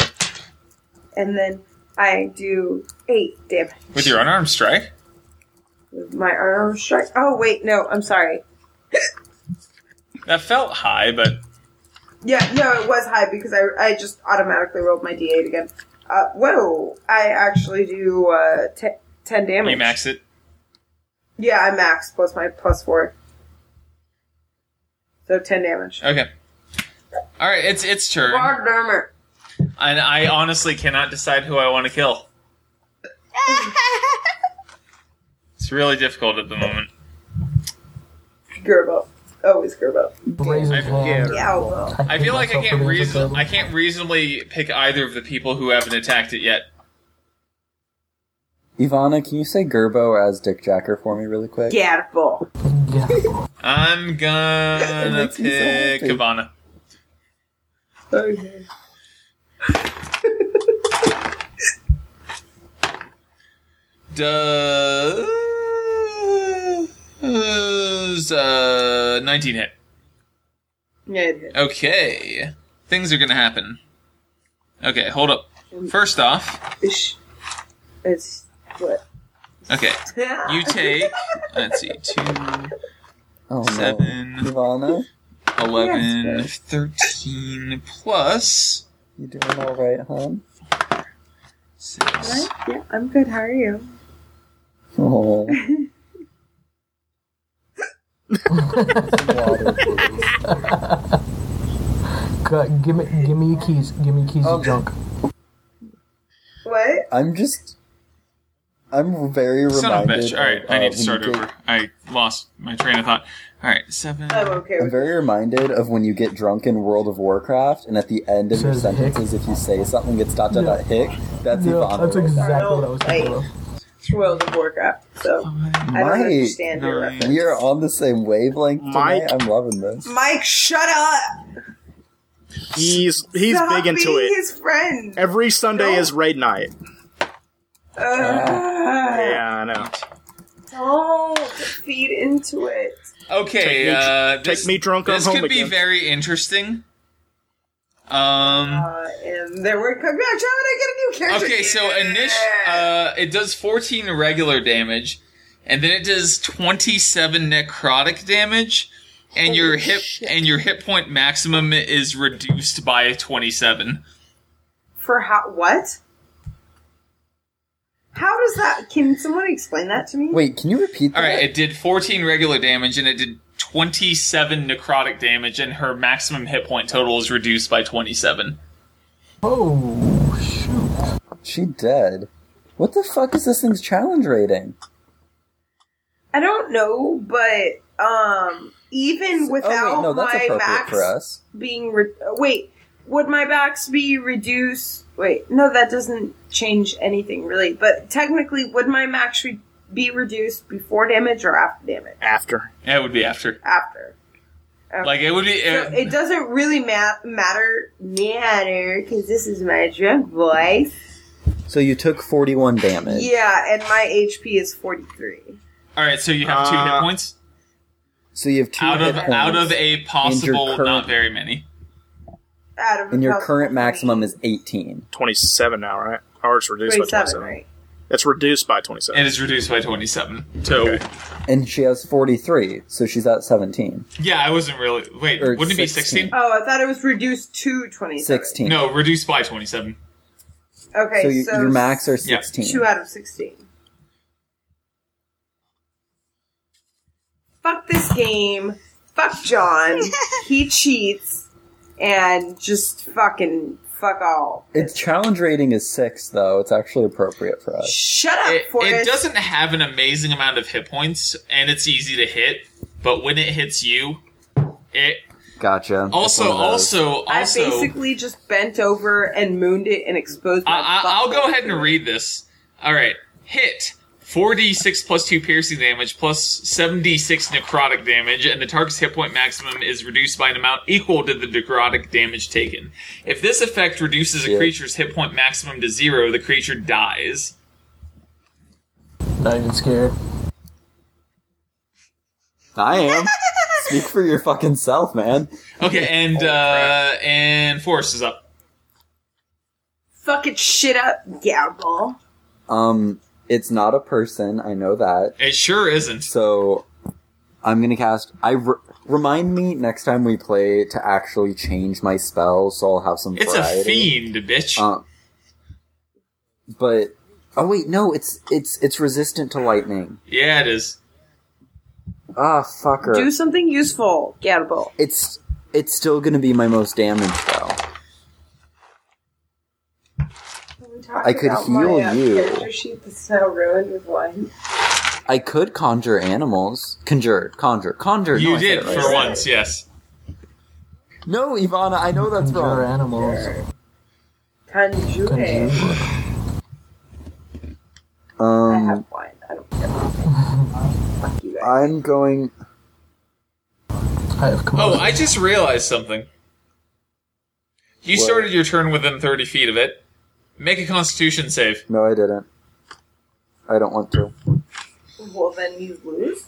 Speaker 3: And then I do eight damage
Speaker 1: With your unarmed strike?
Speaker 3: with my unarmed strike. Oh wait, no, I'm sorry.
Speaker 1: That felt high, but
Speaker 3: Yeah, no, it was high because I, I just automatically rolled my d8 again. Uh, whoa, I actually do uh, te- 10 damage.
Speaker 1: you max it.
Speaker 3: Yeah, I max plus my plus 4. So 10 damage.
Speaker 1: Okay. All right, it's it's turn,
Speaker 3: Broad armor.
Speaker 1: and I honestly cannot decide who I want to kill. It's really difficult at the moment.
Speaker 3: Gerbo. Always Gerbo.
Speaker 6: Brazen hand.
Speaker 3: Yeah, well.
Speaker 1: I feel like I
Speaker 6: myself
Speaker 1: can't
Speaker 6: with the
Speaker 1: reason
Speaker 6: table.
Speaker 1: I can't reasonably pick either of the people who haven't attacked it yet.
Speaker 2: Ivana, can you say Gerbo as Dick Jacker for me really quick?
Speaker 3: Gadful.
Speaker 6: Yeah.
Speaker 1: I'm gonna
Speaker 2: makes me so
Speaker 1: pick
Speaker 2: happy.
Speaker 1: Cabana.
Speaker 3: Okay.
Speaker 1: Does uh, 19 hit?
Speaker 3: Yeah, it is.
Speaker 1: Okay, things are gonna happen. Okay, hold up. First off,
Speaker 3: Ish. It's *laughs* what?
Speaker 1: okay, you take. Let's see, two.
Speaker 2: Oh
Speaker 1: Seven.
Speaker 2: no. Ivana,
Speaker 1: 11, 13 plus
Speaker 2: you doing all right, hon?
Speaker 1: 6.
Speaker 3: yeah, I'm good. How are you?
Speaker 2: Oh. Water.
Speaker 6: Cut, give me, give me your keys. Give me your keys
Speaker 2: Okay.
Speaker 6: to junk.
Speaker 3: What?
Speaker 2: I'm just. I'm very reminded.
Speaker 1: Son of a bitch. Alright,
Speaker 2: of,
Speaker 1: I
Speaker 2: uh,
Speaker 1: need to
Speaker 2: when
Speaker 1: start
Speaker 2: you get-
Speaker 1: over. I lost my train of thought. Alright, 7.
Speaker 3: I'm okay
Speaker 2: I'm
Speaker 3: with
Speaker 2: very reminded of when you get drunk in World of Warcraft, and at the end of your
Speaker 6: Says hick.
Speaker 2: sentences, if you say something, it's dot dot dot hick. That's
Speaker 6: Yeah,
Speaker 2: Ivana.
Speaker 6: that's
Speaker 2: right there.
Speaker 6: exactly what I was thinking of.
Speaker 3: World of Warcraft, so I don't
Speaker 2: Mike.
Speaker 3: understand your
Speaker 1: Nine.
Speaker 3: reference.
Speaker 2: We are on the same wavelength tonight.
Speaker 4: Mike.
Speaker 2: I'm loving this.
Speaker 3: Mike, shut up!
Speaker 4: He's he's
Speaker 3: Stop
Speaker 4: big into
Speaker 3: being
Speaker 4: it.
Speaker 3: His friend.
Speaker 4: Every Sunday
Speaker 3: No.
Speaker 4: is raid night.
Speaker 3: Ugh.
Speaker 4: Yeah, I know.
Speaker 3: Don't feed into it.
Speaker 1: Okay,
Speaker 4: Take me-
Speaker 1: uh,
Speaker 4: take
Speaker 1: this,
Speaker 4: me drunk on
Speaker 1: This
Speaker 4: home
Speaker 1: could be
Speaker 4: again.
Speaker 1: very interesting. Um.
Speaker 3: Uh, and there we're coming back. I get a new character.
Speaker 1: Okay, so initial, uh, it does 14 regular damage, and then it does 27 necrotic damage, and your hit and your hit point maximum is reduced by 27.
Speaker 3: for how? What? How does that? Can someone explain that to me?
Speaker 2: Wait, can you repeat that?
Speaker 1: All right, it did 14 regular damage and it did 27 necrotic damage, and her maximum hit point total is reduced by 27.
Speaker 6: Oh, shoot.
Speaker 2: She dead. What the fuck is this thing's challenge rating? Oh,
Speaker 3: I don't know, but um, even without
Speaker 2: oh wait, no, that's
Speaker 3: my
Speaker 2: appropriate
Speaker 3: max
Speaker 2: for us.
Speaker 3: being re- uh, wait, would my max be reduced? Wait, no, that doesn't change anything really. But technically, would my max re- be reduced before damage or after damage?
Speaker 4: After.
Speaker 1: That would be after.
Speaker 3: After.
Speaker 1: Like, it would be.
Speaker 3: So
Speaker 1: It,
Speaker 3: it doesn't really ma- matter matter because this is my drunk voice.
Speaker 2: So you took 41 damage.
Speaker 3: Yeah, and my HP is forty three.
Speaker 1: all right, so you have two hit
Speaker 4: Uh,
Speaker 1: points
Speaker 2: So you have two
Speaker 1: out
Speaker 2: hit
Speaker 1: of
Speaker 2: points,
Speaker 1: out of a possible
Speaker 2: current-
Speaker 1: not very many.
Speaker 3: Out of
Speaker 2: and your
Speaker 3: about
Speaker 2: current
Speaker 3: 40.
Speaker 2: maximum is 18.
Speaker 4: 27 now, right? Or it's reduced by
Speaker 3: 27,
Speaker 4: 27.
Speaker 3: right?
Speaker 4: It's reduced by
Speaker 1: It
Speaker 4: 27.
Speaker 1: is reduced by 27. So
Speaker 2: And she has 43, so she's at 17.
Speaker 1: yeah, I wasn't really. Wait,
Speaker 2: Or
Speaker 1: wouldn't it be
Speaker 2: 16?
Speaker 1: 16?
Speaker 3: Oh, I thought it was reduced to twenty.
Speaker 2: 16.
Speaker 1: No, reduced by 27.
Speaker 3: Okay,
Speaker 2: so, you,
Speaker 3: so
Speaker 2: your max are
Speaker 1: Yeah.
Speaker 2: 16.
Speaker 3: Two out of sixteen. Fuck this game. Fuck John. he cheats, and just fucking fuck all.
Speaker 2: Its challenge rating is six, though. It's actually appropriate for us.
Speaker 3: Shut up,
Speaker 1: It,
Speaker 3: Forrest.
Speaker 1: it doesn't have an amazing amount of hit points, and it's easy to hit. But when it hits you, it
Speaker 2: Gotcha. That's
Speaker 1: also
Speaker 2: one of those.
Speaker 1: also
Speaker 3: I
Speaker 1: also.
Speaker 3: basically just bent over and mooned it and exposed my
Speaker 1: I, I,
Speaker 3: butt
Speaker 1: I'll go
Speaker 3: hole.
Speaker 1: ahead and read this. All right, hit. 4d6 plus 2 piercing damage plus 7d6 necrotic damage, and the target's hit point maximum is reduced by an amount equal to the necrotic damage taken. If this effect reduces a
Speaker 2: Yeah.
Speaker 1: creature's hit point maximum to zero, the creature dies.
Speaker 6: Not even scared.
Speaker 2: I am. Speak for your fucking self, man.
Speaker 1: Okay, and uh, and Forrest is up.
Speaker 3: Fuck it shit up, gavel.
Speaker 2: Um, it's not a person. I know that.
Speaker 1: It sure isn't.
Speaker 2: So I'm gonna cast. I r- remind me next time we play to actually change my spell, so I'll have some.
Speaker 1: It's
Speaker 2: variety.
Speaker 1: a fiend, bitch.
Speaker 2: Um, but oh wait, no, it's it's it's resistant to lightning.
Speaker 1: yeah, it is.
Speaker 2: Ah, fucker.
Speaker 3: Do something useful, gavel.
Speaker 2: it's it's still gonna be my most damaged though. I could
Speaker 3: About
Speaker 2: heal
Speaker 3: my, uh,
Speaker 2: you.
Speaker 3: character sheet that's now ruined with wine.
Speaker 2: I could conjure animals. Conjure, conjure, conjure.
Speaker 1: You
Speaker 2: No, I said
Speaker 1: did
Speaker 2: it right.
Speaker 1: for once, yes.
Speaker 2: No, Ivana, I know that's
Speaker 6: Conjure
Speaker 2: wrong.
Speaker 6: animals.
Speaker 3: Tanjure.
Speaker 6: Conjure.
Speaker 3: I
Speaker 2: Um,
Speaker 3: have wine. I don't care. Fuck you guys.
Speaker 2: I'm going.
Speaker 6: I have come
Speaker 1: Oh, I just realized something. You
Speaker 2: What?
Speaker 1: started your turn within 30 feet of it. Make a constitution
Speaker 2: *laughs*
Speaker 1: save.
Speaker 2: No, I didn't. I don't want to.
Speaker 3: Well, then you lose.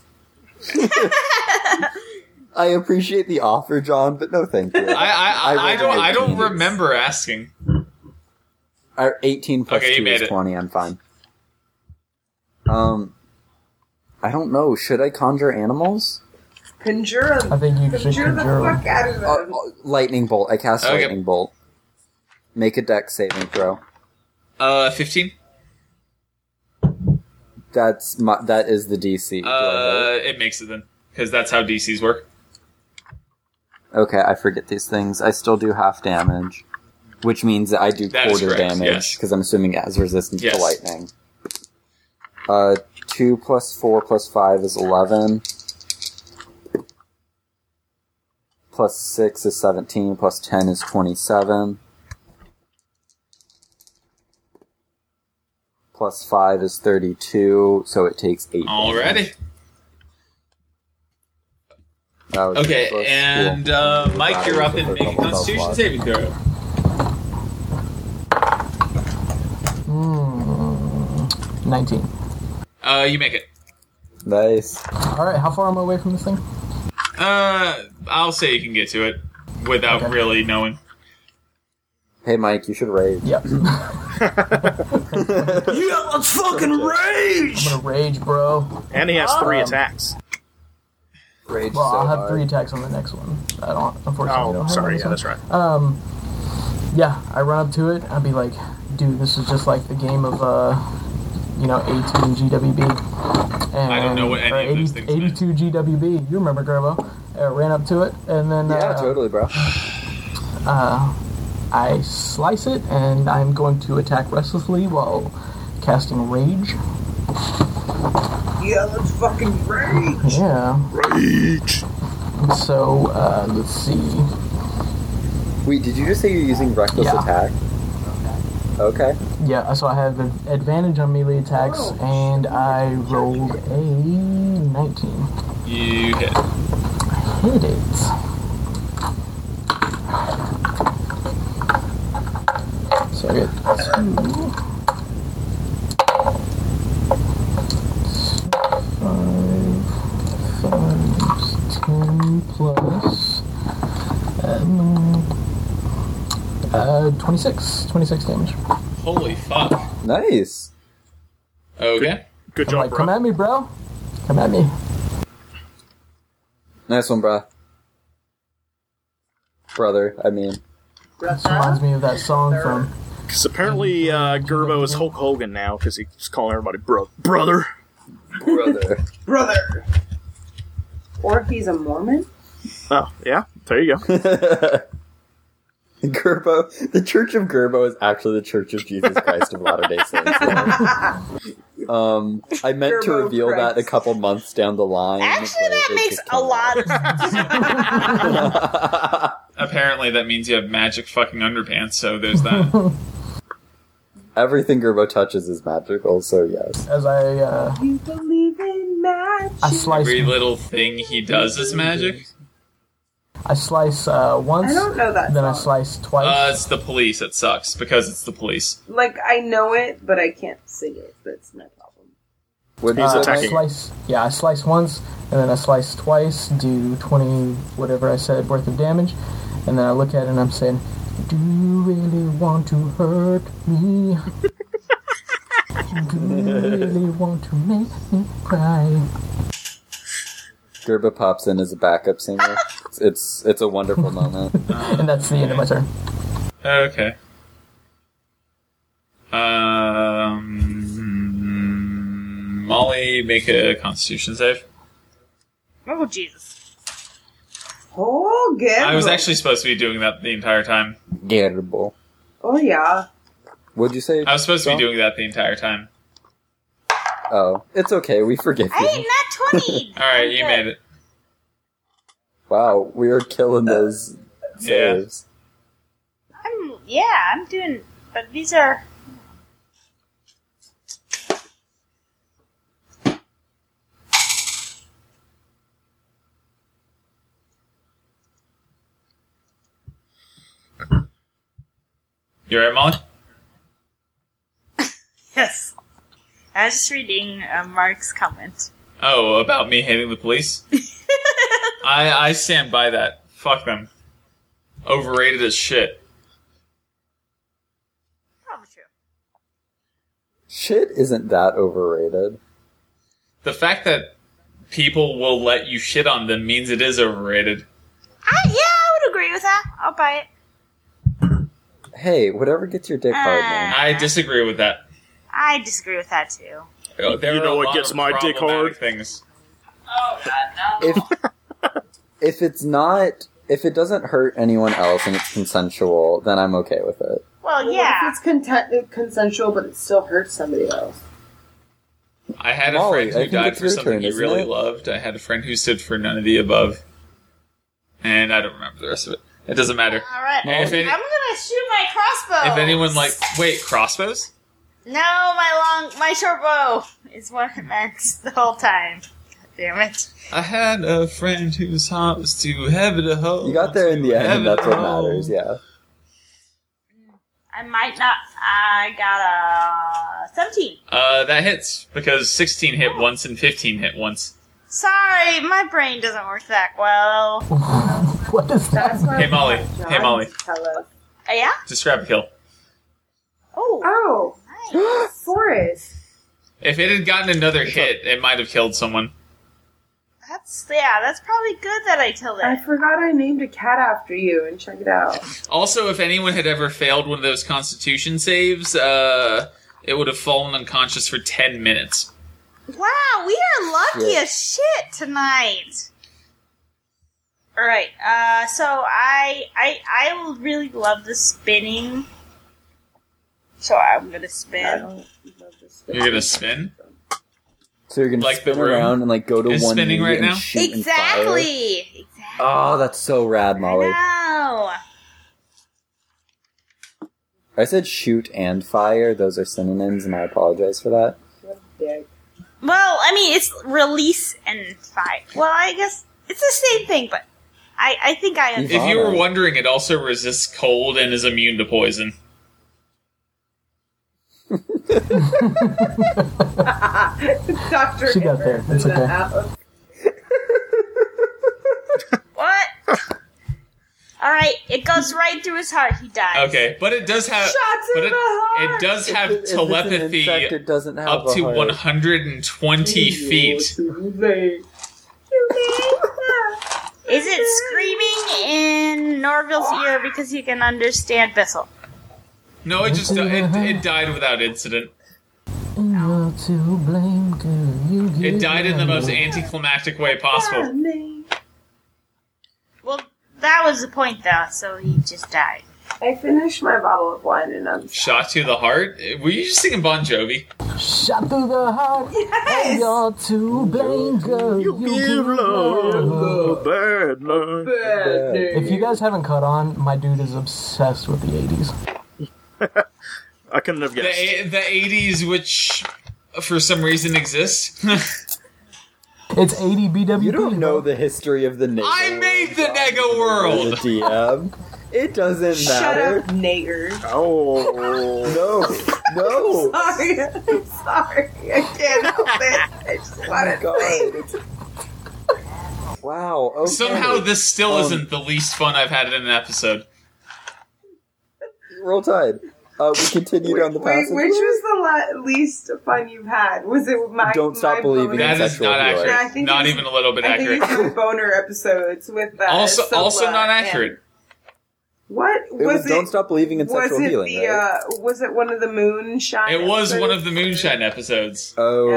Speaker 2: I appreciate the offer, John, but no, thank *laughs* you.
Speaker 1: I I, I,
Speaker 2: I
Speaker 1: I don't I don't
Speaker 2: rolled an 18.
Speaker 1: remember asking.
Speaker 2: Uh, 18 plus
Speaker 1: Okay, you
Speaker 2: 2
Speaker 1: made
Speaker 2: is
Speaker 1: it.
Speaker 2: 20. I'm fine. Um, I don't know. Should I conjure animals?
Speaker 3: Conjure
Speaker 6: I
Speaker 3: them.
Speaker 6: think you should
Speaker 3: Conjure the
Speaker 6: conjure.
Speaker 3: fuck out of
Speaker 2: Uh,
Speaker 3: them.
Speaker 2: lightning bolt. I cast
Speaker 1: Okay.
Speaker 2: lightning bolt. Make a deck saving throw.
Speaker 1: Uh, 15.
Speaker 2: That's my. That is the DC. Do I
Speaker 1: Uh, it makes it then because that's how DCs work.
Speaker 2: hit? okay, I forget these things. I still do half damage, which means that I do
Speaker 1: That is
Speaker 2: quarter
Speaker 1: correct,
Speaker 2: damage
Speaker 1: yes.
Speaker 2: because I'm assuming it has resistance
Speaker 1: Yes.
Speaker 2: to lightning. Uh, two plus four plus five is eleven. Plus six is seventeen. Plus ten is twenty-seven. Plus five is thirty-two, so it takes eight.
Speaker 1: Oh. Alrighty.
Speaker 2: That was
Speaker 1: Okay,
Speaker 2: useless.
Speaker 1: and
Speaker 2: Cool.
Speaker 1: uh, Mike, you're up and make a
Speaker 2: Double, double,
Speaker 1: constitution
Speaker 2: double.
Speaker 1: saving throw.
Speaker 6: Mm, 19.
Speaker 1: Uh, you make it.
Speaker 2: Nice.
Speaker 6: Alright, how far am I away from this thing?
Speaker 1: Uh, I'll say you can get to it without
Speaker 6: Okay.
Speaker 1: really knowing.
Speaker 2: Hey, Mike, you should rage.
Speaker 6: Yep. I'm
Speaker 2: yeah, let's fucking rage. *laughs*
Speaker 6: gonna rage, bro.
Speaker 4: *laughs* And he has three
Speaker 6: Um,
Speaker 4: attacks.
Speaker 2: Rage.
Speaker 6: Well,
Speaker 2: so
Speaker 6: I'll have
Speaker 2: hard.
Speaker 6: three attacks on the next one. I don't, unfortunately. I don't
Speaker 4: Oh,
Speaker 6: have
Speaker 4: sorry.
Speaker 6: any,
Speaker 4: Yeah,
Speaker 6: so-
Speaker 4: that's right.
Speaker 6: Um, yeah, I run up to it. I'd be like, dude, this is just like the game of, uh, you know, 18 GWB. And,
Speaker 1: I don't know what any
Speaker 6: or
Speaker 1: of those things mean.
Speaker 6: 82 GWB. You remember Gerbo. Uh, ran up to it, and then
Speaker 2: Yeah,
Speaker 6: uh,
Speaker 2: totally, bro.
Speaker 6: uh, I slice it, and I'm going to attack restlessly while casting Rage.
Speaker 3: Yeah, let's fucking rage.
Speaker 6: Yeah. Rage! So, uh, let's see.
Speaker 2: Wait, did you just say you're using reckless
Speaker 6: Yeah.
Speaker 2: attack? Okay.
Speaker 6: Yeah, so I have an advantage on melee attacks, and I rolled a 19.
Speaker 1: You hit.
Speaker 6: Hit it. So I get two. Five, five, is ten plus. Um, uh, 26. 26 damage.
Speaker 1: Holy fuck.
Speaker 2: Nice.
Speaker 1: Okay.
Speaker 4: Good
Speaker 6: I'm
Speaker 4: job,
Speaker 6: like, come
Speaker 4: bro.
Speaker 6: at me, bro. Come at me.
Speaker 2: Nice one, bro. Brother, I mean.
Speaker 6: This reminds me of that song from
Speaker 4: Because apparently uh, Gerbo is Hulk Hogan now because he's calling everybody bro, brother.
Speaker 2: Brother.
Speaker 3: Brother. Or he's a Mormon?
Speaker 4: Oh yeah, there you go.
Speaker 2: *laughs* Gerbo, the Church of Gerbo is actually the Church of Jesus Christ of Latter Day Saints. though. um, I meant to
Speaker 3: Gerbo
Speaker 2: reveal that a
Speaker 3: Christ.
Speaker 2: couple months down the line.
Speaker 5: Actually,
Speaker 2: but
Speaker 5: that
Speaker 2: it
Speaker 5: makes
Speaker 2: just
Speaker 5: a
Speaker 2: came
Speaker 3: *laughs*
Speaker 5: lot of sense.
Speaker 2: out.
Speaker 1: Apparently, that means you have magic fucking underpants. So there's that.
Speaker 2: *laughs* Everything Gerbo touches is magical, so yes.
Speaker 6: As I uh,
Speaker 3: You believe in magic.
Speaker 6: I slice
Speaker 1: Every little thing he does is magic.
Speaker 6: I slice uh, once,
Speaker 3: I don't know that.
Speaker 6: then I
Speaker 3: song.
Speaker 6: slice twice.
Speaker 1: Uh, it's the police. It sucks because it's the police.
Speaker 3: Like I know it, but I can't sing it. That's my problem.
Speaker 2: What
Speaker 4: He's
Speaker 2: uh,
Speaker 4: attacking.
Speaker 6: I slice, yeah, I slice once, and then I slice twice, do 20, whatever I said, worth of damage, and then I look at it and I'm saying, Do you really want to hurt me? Do you
Speaker 1: *laughs*
Speaker 6: really want to make me cry?
Speaker 2: Gerbo pops in as a backup singer. It's it's, it's a wonderful moment.
Speaker 5: *laughs*
Speaker 6: And that's the end of my turn.
Speaker 1: Oh, Okay. Um, Molly, make a Constitution save.
Speaker 5: Oh, Jesus.
Speaker 3: Oh, good.
Speaker 1: I was actually supposed to be doing that the entire time.
Speaker 2: Gerbo.
Speaker 3: Oh yeah.
Speaker 2: What'd you say?
Speaker 1: I was supposed to be
Speaker 2: John?
Speaker 1: doing that the entire time.
Speaker 2: Oh, it's okay. We forgive
Speaker 5: Hey,
Speaker 2: you.
Speaker 5: not 20!
Speaker 1: *laughs* All right, you made it.
Speaker 2: Wow, we are killing those
Speaker 1: Yeah.
Speaker 2: saves.
Speaker 5: I'm, yeah, I'm doing, but these are.
Speaker 1: You all right, Molly?
Speaker 5: Yes. I was just reading uh, Mark's comment.
Speaker 1: Oh, about me hating the police? I I stand by that. Fuck them. Overrated as shit.
Speaker 5: Probably Oh, true.
Speaker 2: Shit isn't that overrated.
Speaker 1: The fact that people will let you shit on them means it is overrated.
Speaker 5: I, yeah, I would agree with that. I'll buy it.
Speaker 2: Hey, whatever gets your dick hard, man.
Speaker 5: Ah.
Speaker 1: I disagree with that.
Speaker 5: I disagree with that too.
Speaker 1: There
Speaker 4: You
Speaker 1: are
Speaker 4: know
Speaker 1: a
Speaker 4: what
Speaker 1: lot
Speaker 4: gets
Speaker 1: of
Speaker 4: my dick
Speaker 1: problematic
Speaker 4: hard?
Speaker 1: Things.
Speaker 5: Oh, God,
Speaker 2: If if it's not if it doesn't hurt anyone else and it's consensual, then I'm okay with it.
Speaker 3: What
Speaker 5: Well, Oh, yeah.
Speaker 3: if
Speaker 5: *laughs*
Speaker 3: it's content- consensual, but it still hurts somebody else.
Speaker 1: I had a
Speaker 2: Molly,
Speaker 1: friend
Speaker 2: I
Speaker 1: who
Speaker 2: think
Speaker 1: died
Speaker 2: it's
Speaker 1: for
Speaker 2: your
Speaker 1: something
Speaker 2: turn,
Speaker 1: he
Speaker 2: isn't
Speaker 1: really
Speaker 2: it?
Speaker 1: loved. I had a friend who stood for none of the above. And I don't remember the rest of it. It doesn't matter.
Speaker 5: All right.
Speaker 1: If any-
Speaker 5: I'm gonna shoot my crossbow.
Speaker 1: If anyone like wait, crossbows?
Speaker 5: no, my long, my short bow is what it meant *laughs* the whole time. God damn it!
Speaker 1: I had a friend whose heart was too heavy to hold.
Speaker 2: You got there in the end, and that's what matters. Yeah.
Speaker 5: I might not. I got a seventeen.
Speaker 1: Uh, that hits because 16 hit once and 15 hit once.
Speaker 5: Sorry, my brain doesn't work that well. Uh,
Speaker 6: What is that?
Speaker 3: That's why.
Speaker 1: Hey Molly,
Speaker 3: John,
Speaker 1: hey Molly,
Speaker 3: Hello.
Speaker 5: yeah.
Speaker 1: describe a kill.
Speaker 5: Oh,
Speaker 3: Oh,
Speaker 5: nice.
Speaker 3: Forrest.
Speaker 1: If it had gotten another hit, it might have killed someone.
Speaker 5: that's yeah. That's probably good that I killed
Speaker 3: I
Speaker 5: it.
Speaker 3: forgot I named a cat after you, and check it out.
Speaker 1: Also, if anyone had ever failed one of those Constitution saves, uh, it would have fallen unconscious for 10 minutes.
Speaker 5: Wow, we are lucky
Speaker 2: Shit.
Speaker 5: as shit tonight. All right. Uh, so I I I really love the spinning. So I'm gonna
Speaker 3: I
Speaker 5: spin.
Speaker 3: don't love this.
Speaker 1: You're gonna spin.
Speaker 2: So you're gonna
Speaker 1: Like the
Speaker 2: spin
Speaker 1: room
Speaker 2: around and like go to
Speaker 1: is
Speaker 2: one
Speaker 1: spinning
Speaker 2: knee
Speaker 1: right
Speaker 2: and
Speaker 1: now?
Speaker 2: shoot and fire.
Speaker 5: Exactly. Exactly.
Speaker 2: Oh, that's so rad, Molly.
Speaker 5: No.
Speaker 2: I said shoot and fire; those are synonyms, and I apologize for that.
Speaker 3: Dick.
Speaker 5: Well, I mean, it's release and fight. Well, I guess it's the same thing, but I I think I
Speaker 2: You-
Speaker 5: understand.
Speaker 1: If you were
Speaker 2: Alright.
Speaker 1: wondering, it also resists cold and is immune to poison.
Speaker 3: Dr.
Speaker 6: She got there.
Speaker 3: Hibbert
Speaker 6: It's
Speaker 3: in the
Speaker 6: okay.
Speaker 3: house.
Speaker 5: What? All right. It goes right through his heart. He dies.
Speaker 1: Okay, but it does have.
Speaker 3: Shots
Speaker 1: but
Speaker 3: in
Speaker 1: it,
Speaker 3: the heart!
Speaker 1: it does
Speaker 2: If
Speaker 1: have
Speaker 2: it- if it's an
Speaker 1: telepathy
Speaker 2: insect, it doesn't have
Speaker 1: up
Speaker 2: a
Speaker 1: to
Speaker 2: heart.
Speaker 1: 120 feet.
Speaker 5: Is it screaming in Norville's ear because he can understand Bissell?
Speaker 1: No, it just it, it died without incident.
Speaker 6: You're to blame, girl. You
Speaker 1: It
Speaker 6: give
Speaker 1: died in the
Speaker 6: me-
Speaker 1: most anticlimactic way possible.
Speaker 3: Funny.
Speaker 5: Well, that was the point, though, so he just died.
Speaker 3: I finished my bottle of wine and I'm
Speaker 1: Shot to the heart. Were you just singing Bon Jovi?
Speaker 6: Shot through the heart.
Speaker 3: Yes!
Speaker 6: You're to blame, girl. You give love.
Speaker 4: bad luck.
Speaker 3: Bad
Speaker 6: If you guys haven't caught on, my dude is obsessed with the 80s.
Speaker 4: I couldn't have guessed.
Speaker 1: The the eighties, which for some reason exists.
Speaker 6: It's 80 BWP.
Speaker 2: You don't know the history of the Nego.
Speaker 1: I made the Nego
Speaker 2: or the
Speaker 1: world.
Speaker 2: DM. It doesn't
Speaker 3: Shut
Speaker 2: matter.
Speaker 3: up, nigger.
Speaker 4: oh.
Speaker 2: No,
Speaker 6: Oh.
Speaker 2: *laughs* no.
Speaker 3: Sorry, *laughs* I'm sorry. I can't help it. I just want to
Speaker 6: Oh
Speaker 2: God.
Speaker 3: play.
Speaker 2: Wow. Okay.
Speaker 1: Somehow this still
Speaker 2: Um,
Speaker 1: isn't the least fun I've had in an episode.
Speaker 2: roll tide. Uh, we continued on the
Speaker 3: Wait,
Speaker 2: passage.
Speaker 3: which was the la- least fun you've had? Was it my?
Speaker 2: Don't stop
Speaker 3: my
Speaker 2: believing.
Speaker 3: boner-
Speaker 1: That is
Speaker 2: sexual
Speaker 1: not
Speaker 2: appeal,
Speaker 1: accurate.
Speaker 3: right? Yeah, I think
Speaker 1: not
Speaker 3: it was-
Speaker 1: even a little bit
Speaker 3: I think
Speaker 1: accurate.
Speaker 3: it's your boner episodes with uh,
Speaker 1: Also, also
Speaker 3: Sopla
Speaker 1: not
Speaker 3: and-
Speaker 1: accurate.
Speaker 3: What
Speaker 2: it was
Speaker 3: was
Speaker 2: Don't Stop Believing in
Speaker 3: Was
Speaker 2: Sexual
Speaker 3: it
Speaker 2: Healing,
Speaker 3: the?
Speaker 2: right?
Speaker 3: Uh, was it one of the moonshine?
Speaker 1: It was one of
Speaker 3: episodes?
Speaker 1: the moonshine episodes.
Speaker 2: oh,
Speaker 3: Oh,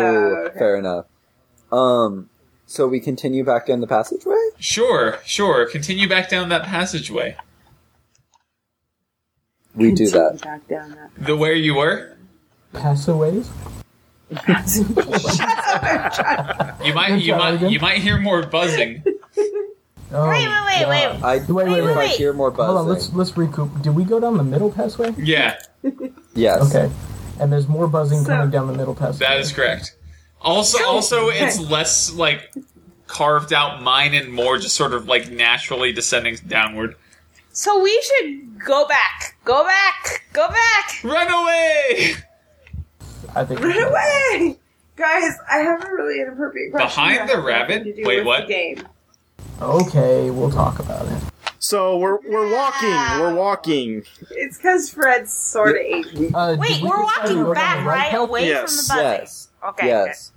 Speaker 3: okay.
Speaker 2: fair enough. Um, so we continue back down the passageway?
Speaker 1: Sure, sure. Continue back down that passageway.
Speaker 2: We do that.
Speaker 3: Back down *laughs* that.
Speaker 1: The where you were.
Speaker 6: Passaways?
Speaker 1: You might, you
Speaker 6: try
Speaker 1: might,
Speaker 6: again.
Speaker 1: you might hear more
Speaker 3: *laughs*
Speaker 1: buzzing.
Speaker 6: Oh,
Speaker 5: Wait, wait, wait, wait.
Speaker 2: I,
Speaker 6: wait, wait.
Speaker 2: if I
Speaker 5: wait.
Speaker 2: hear more buzzing.
Speaker 6: Hold on, let's let's recoup. Did we go down the middle passway?
Speaker 1: Yeah,
Speaker 2: Yes.
Speaker 6: Okay. And there's more buzzing
Speaker 3: So-
Speaker 6: coming down the middle passway.
Speaker 1: that is correct. Also, also, it's less like carved out mine and more just sort of like naturally descending downward.
Speaker 5: So we should go back. Go back. Go back.
Speaker 1: Run away!
Speaker 6: I think.
Speaker 3: Run away, guys! I have a really inappropriate question.
Speaker 1: Behind
Speaker 3: that
Speaker 1: the
Speaker 3: has nothing
Speaker 1: rabbit?
Speaker 3: to do
Speaker 1: Wait,
Speaker 3: with
Speaker 1: what?
Speaker 3: The game.
Speaker 6: Okay, we'll talk about it.
Speaker 4: So we're we're walking. We're walking.
Speaker 3: It's because Fred's sort of Asian.
Speaker 6: Uh, did
Speaker 5: Wait,
Speaker 6: we
Speaker 5: we're
Speaker 6: decide we
Speaker 5: walking
Speaker 6: were going
Speaker 5: back, right?
Speaker 6: health?
Speaker 5: Away
Speaker 4: Yes.
Speaker 5: from the buzzing.
Speaker 2: Yes.
Speaker 5: Okay.
Speaker 2: Yes.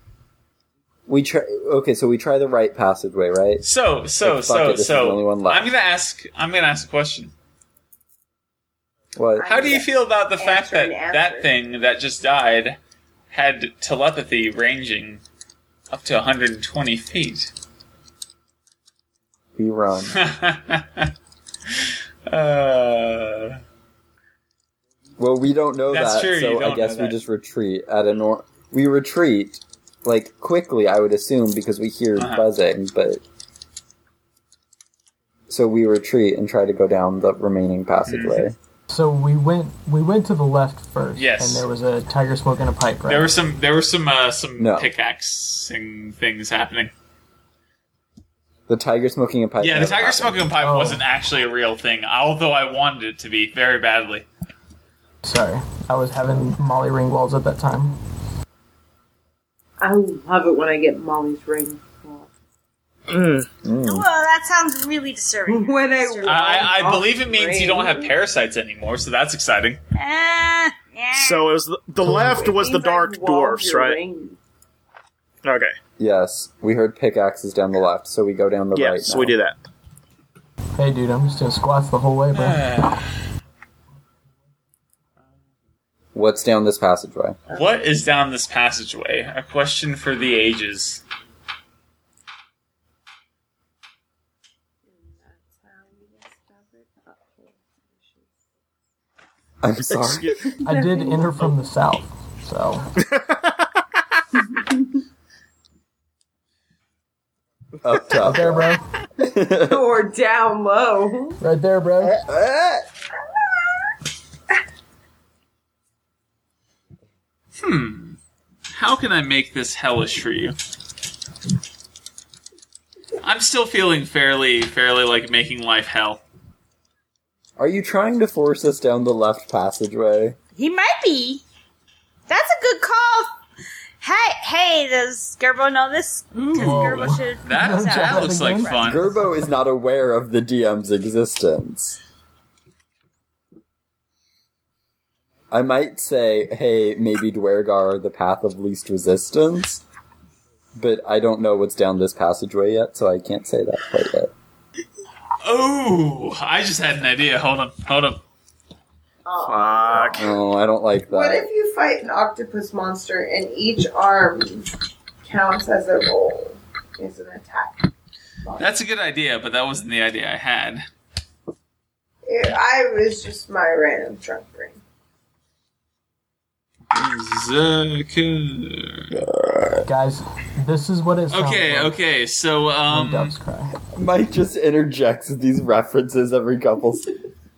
Speaker 2: We try. Okay, so we try the right passageway, right?
Speaker 1: So, so,
Speaker 2: Like, fuck
Speaker 1: so,
Speaker 2: it, this is
Speaker 1: so.
Speaker 2: the only one left.
Speaker 1: I'm gonna ask. I'm gonna ask a question.
Speaker 2: What?
Speaker 1: How do you feel about the fact
Speaker 3: Answer
Speaker 1: that
Speaker 3: and answer.
Speaker 1: that thing that just died had telepathy ranging up to 120 feet? *laughs*
Speaker 2: We run.
Speaker 1: uh,
Speaker 2: Well, we don't know
Speaker 1: That's
Speaker 2: that,
Speaker 1: true, you
Speaker 2: so I
Speaker 1: don't
Speaker 2: guess
Speaker 1: know
Speaker 2: we
Speaker 1: that.
Speaker 2: just retreat at a nor- We retreat like quickly, I would assume, because we hear
Speaker 1: Uh-huh.
Speaker 2: buzzing. But so we retreat and try to go down the remaining passageway.
Speaker 1: Mm-hmm.
Speaker 6: So we went we went to the left first.
Speaker 1: Yes.
Speaker 6: And there was a tiger smoking a pipe, right?
Speaker 1: there were some there were some uh, some
Speaker 2: No.
Speaker 1: pickaxing things happening.
Speaker 2: The tiger smoking a pipe.
Speaker 1: Yeah, the
Speaker 2: never
Speaker 1: tiger
Speaker 2: happened.
Speaker 1: smoking pipe
Speaker 6: Oh.
Speaker 1: wasn't actually a real thing, although I wanted it to be very badly.
Speaker 6: Sorry, I was having Molly Ringwalds at that time.
Speaker 3: I love it when I get Molly's ring.
Speaker 5: Well, that sounds really disturbing.
Speaker 3: When I,
Speaker 1: I, I
Speaker 3: Oh,
Speaker 1: believe it means you don't have
Speaker 3: ring.
Speaker 1: parasites anymore, so that's exciting.
Speaker 5: Eh, yeah.
Speaker 4: So it was the, the left was the
Speaker 3: Means I
Speaker 4: dark
Speaker 3: walled
Speaker 4: dwarfs,
Speaker 3: your
Speaker 4: right?
Speaker 3: ring.
Speaker 4: Okay.
Speaker 2: Yes, we heard pickaxes down the left, so we go down the
Speaker 4: Yes,
Speaker 2: right.
Speaker 4: we
Speaker 2: now.
Speaker 4: do that.
Speaker 6: Hey, dude, I'm just doing squats the whole way, bro.
Speaker 2: What's down this passageway?
Speaker 1: What is down this passageway? A question for the ages.
Speaker 4: *laughs*
Speaker 2: I'm sorry.
Speaker 4: Excuse-
Speaker 6: I did enter from the south, so
Speaker 2: Up top.
Speaker 6: there, bro.
Speaker 3: *laughs* Or down low.
Speaker 6: Right there, bro.
Speaker 2: Ah!
Speaker 1: How can I make this hellish for you? I'm still feeling fairly, fairly like making life hell.
Speaker 2: Are you trying to force us down the left passageway?
Speaker 5: He might be. That's a good call. Hey, hey, does Gerbo know this? 'Cause Gerbo should.
Speaker 1: That, that looks like fun.
Speaker 2: Gerbo is not aware of the DM's existence. I might say, hey, maybe Dwergar are the path of least resistance, but I don't know what's down this passageway yet, so I can't say that quite yet.
Speaker 1: Oh, I just had an idea. Hold on, hold on.
Speaker 4: Fuck.
Speaker 2: Oh, I don't like
Speaker 3: What if
Speaker 2: that.
Speaker 3: you fight an octopus monster and each arm counts as a roll? Is an attack.
Speaker 1: That's a good idea, but that wasn't the idea I had.
Speaker 3: It, I was just my random trunk ring.
Speaker 1: Berserker.
Speaker 6: Guys, this is what it sounds
Speaker 1: Okay,
Speaker 6: like
Speaker 1: okay. So,
Speaker 6: when
Speaker 1: um,
Speaker 6: doves cry.
Speaker 2: Mike just interjects these references every couple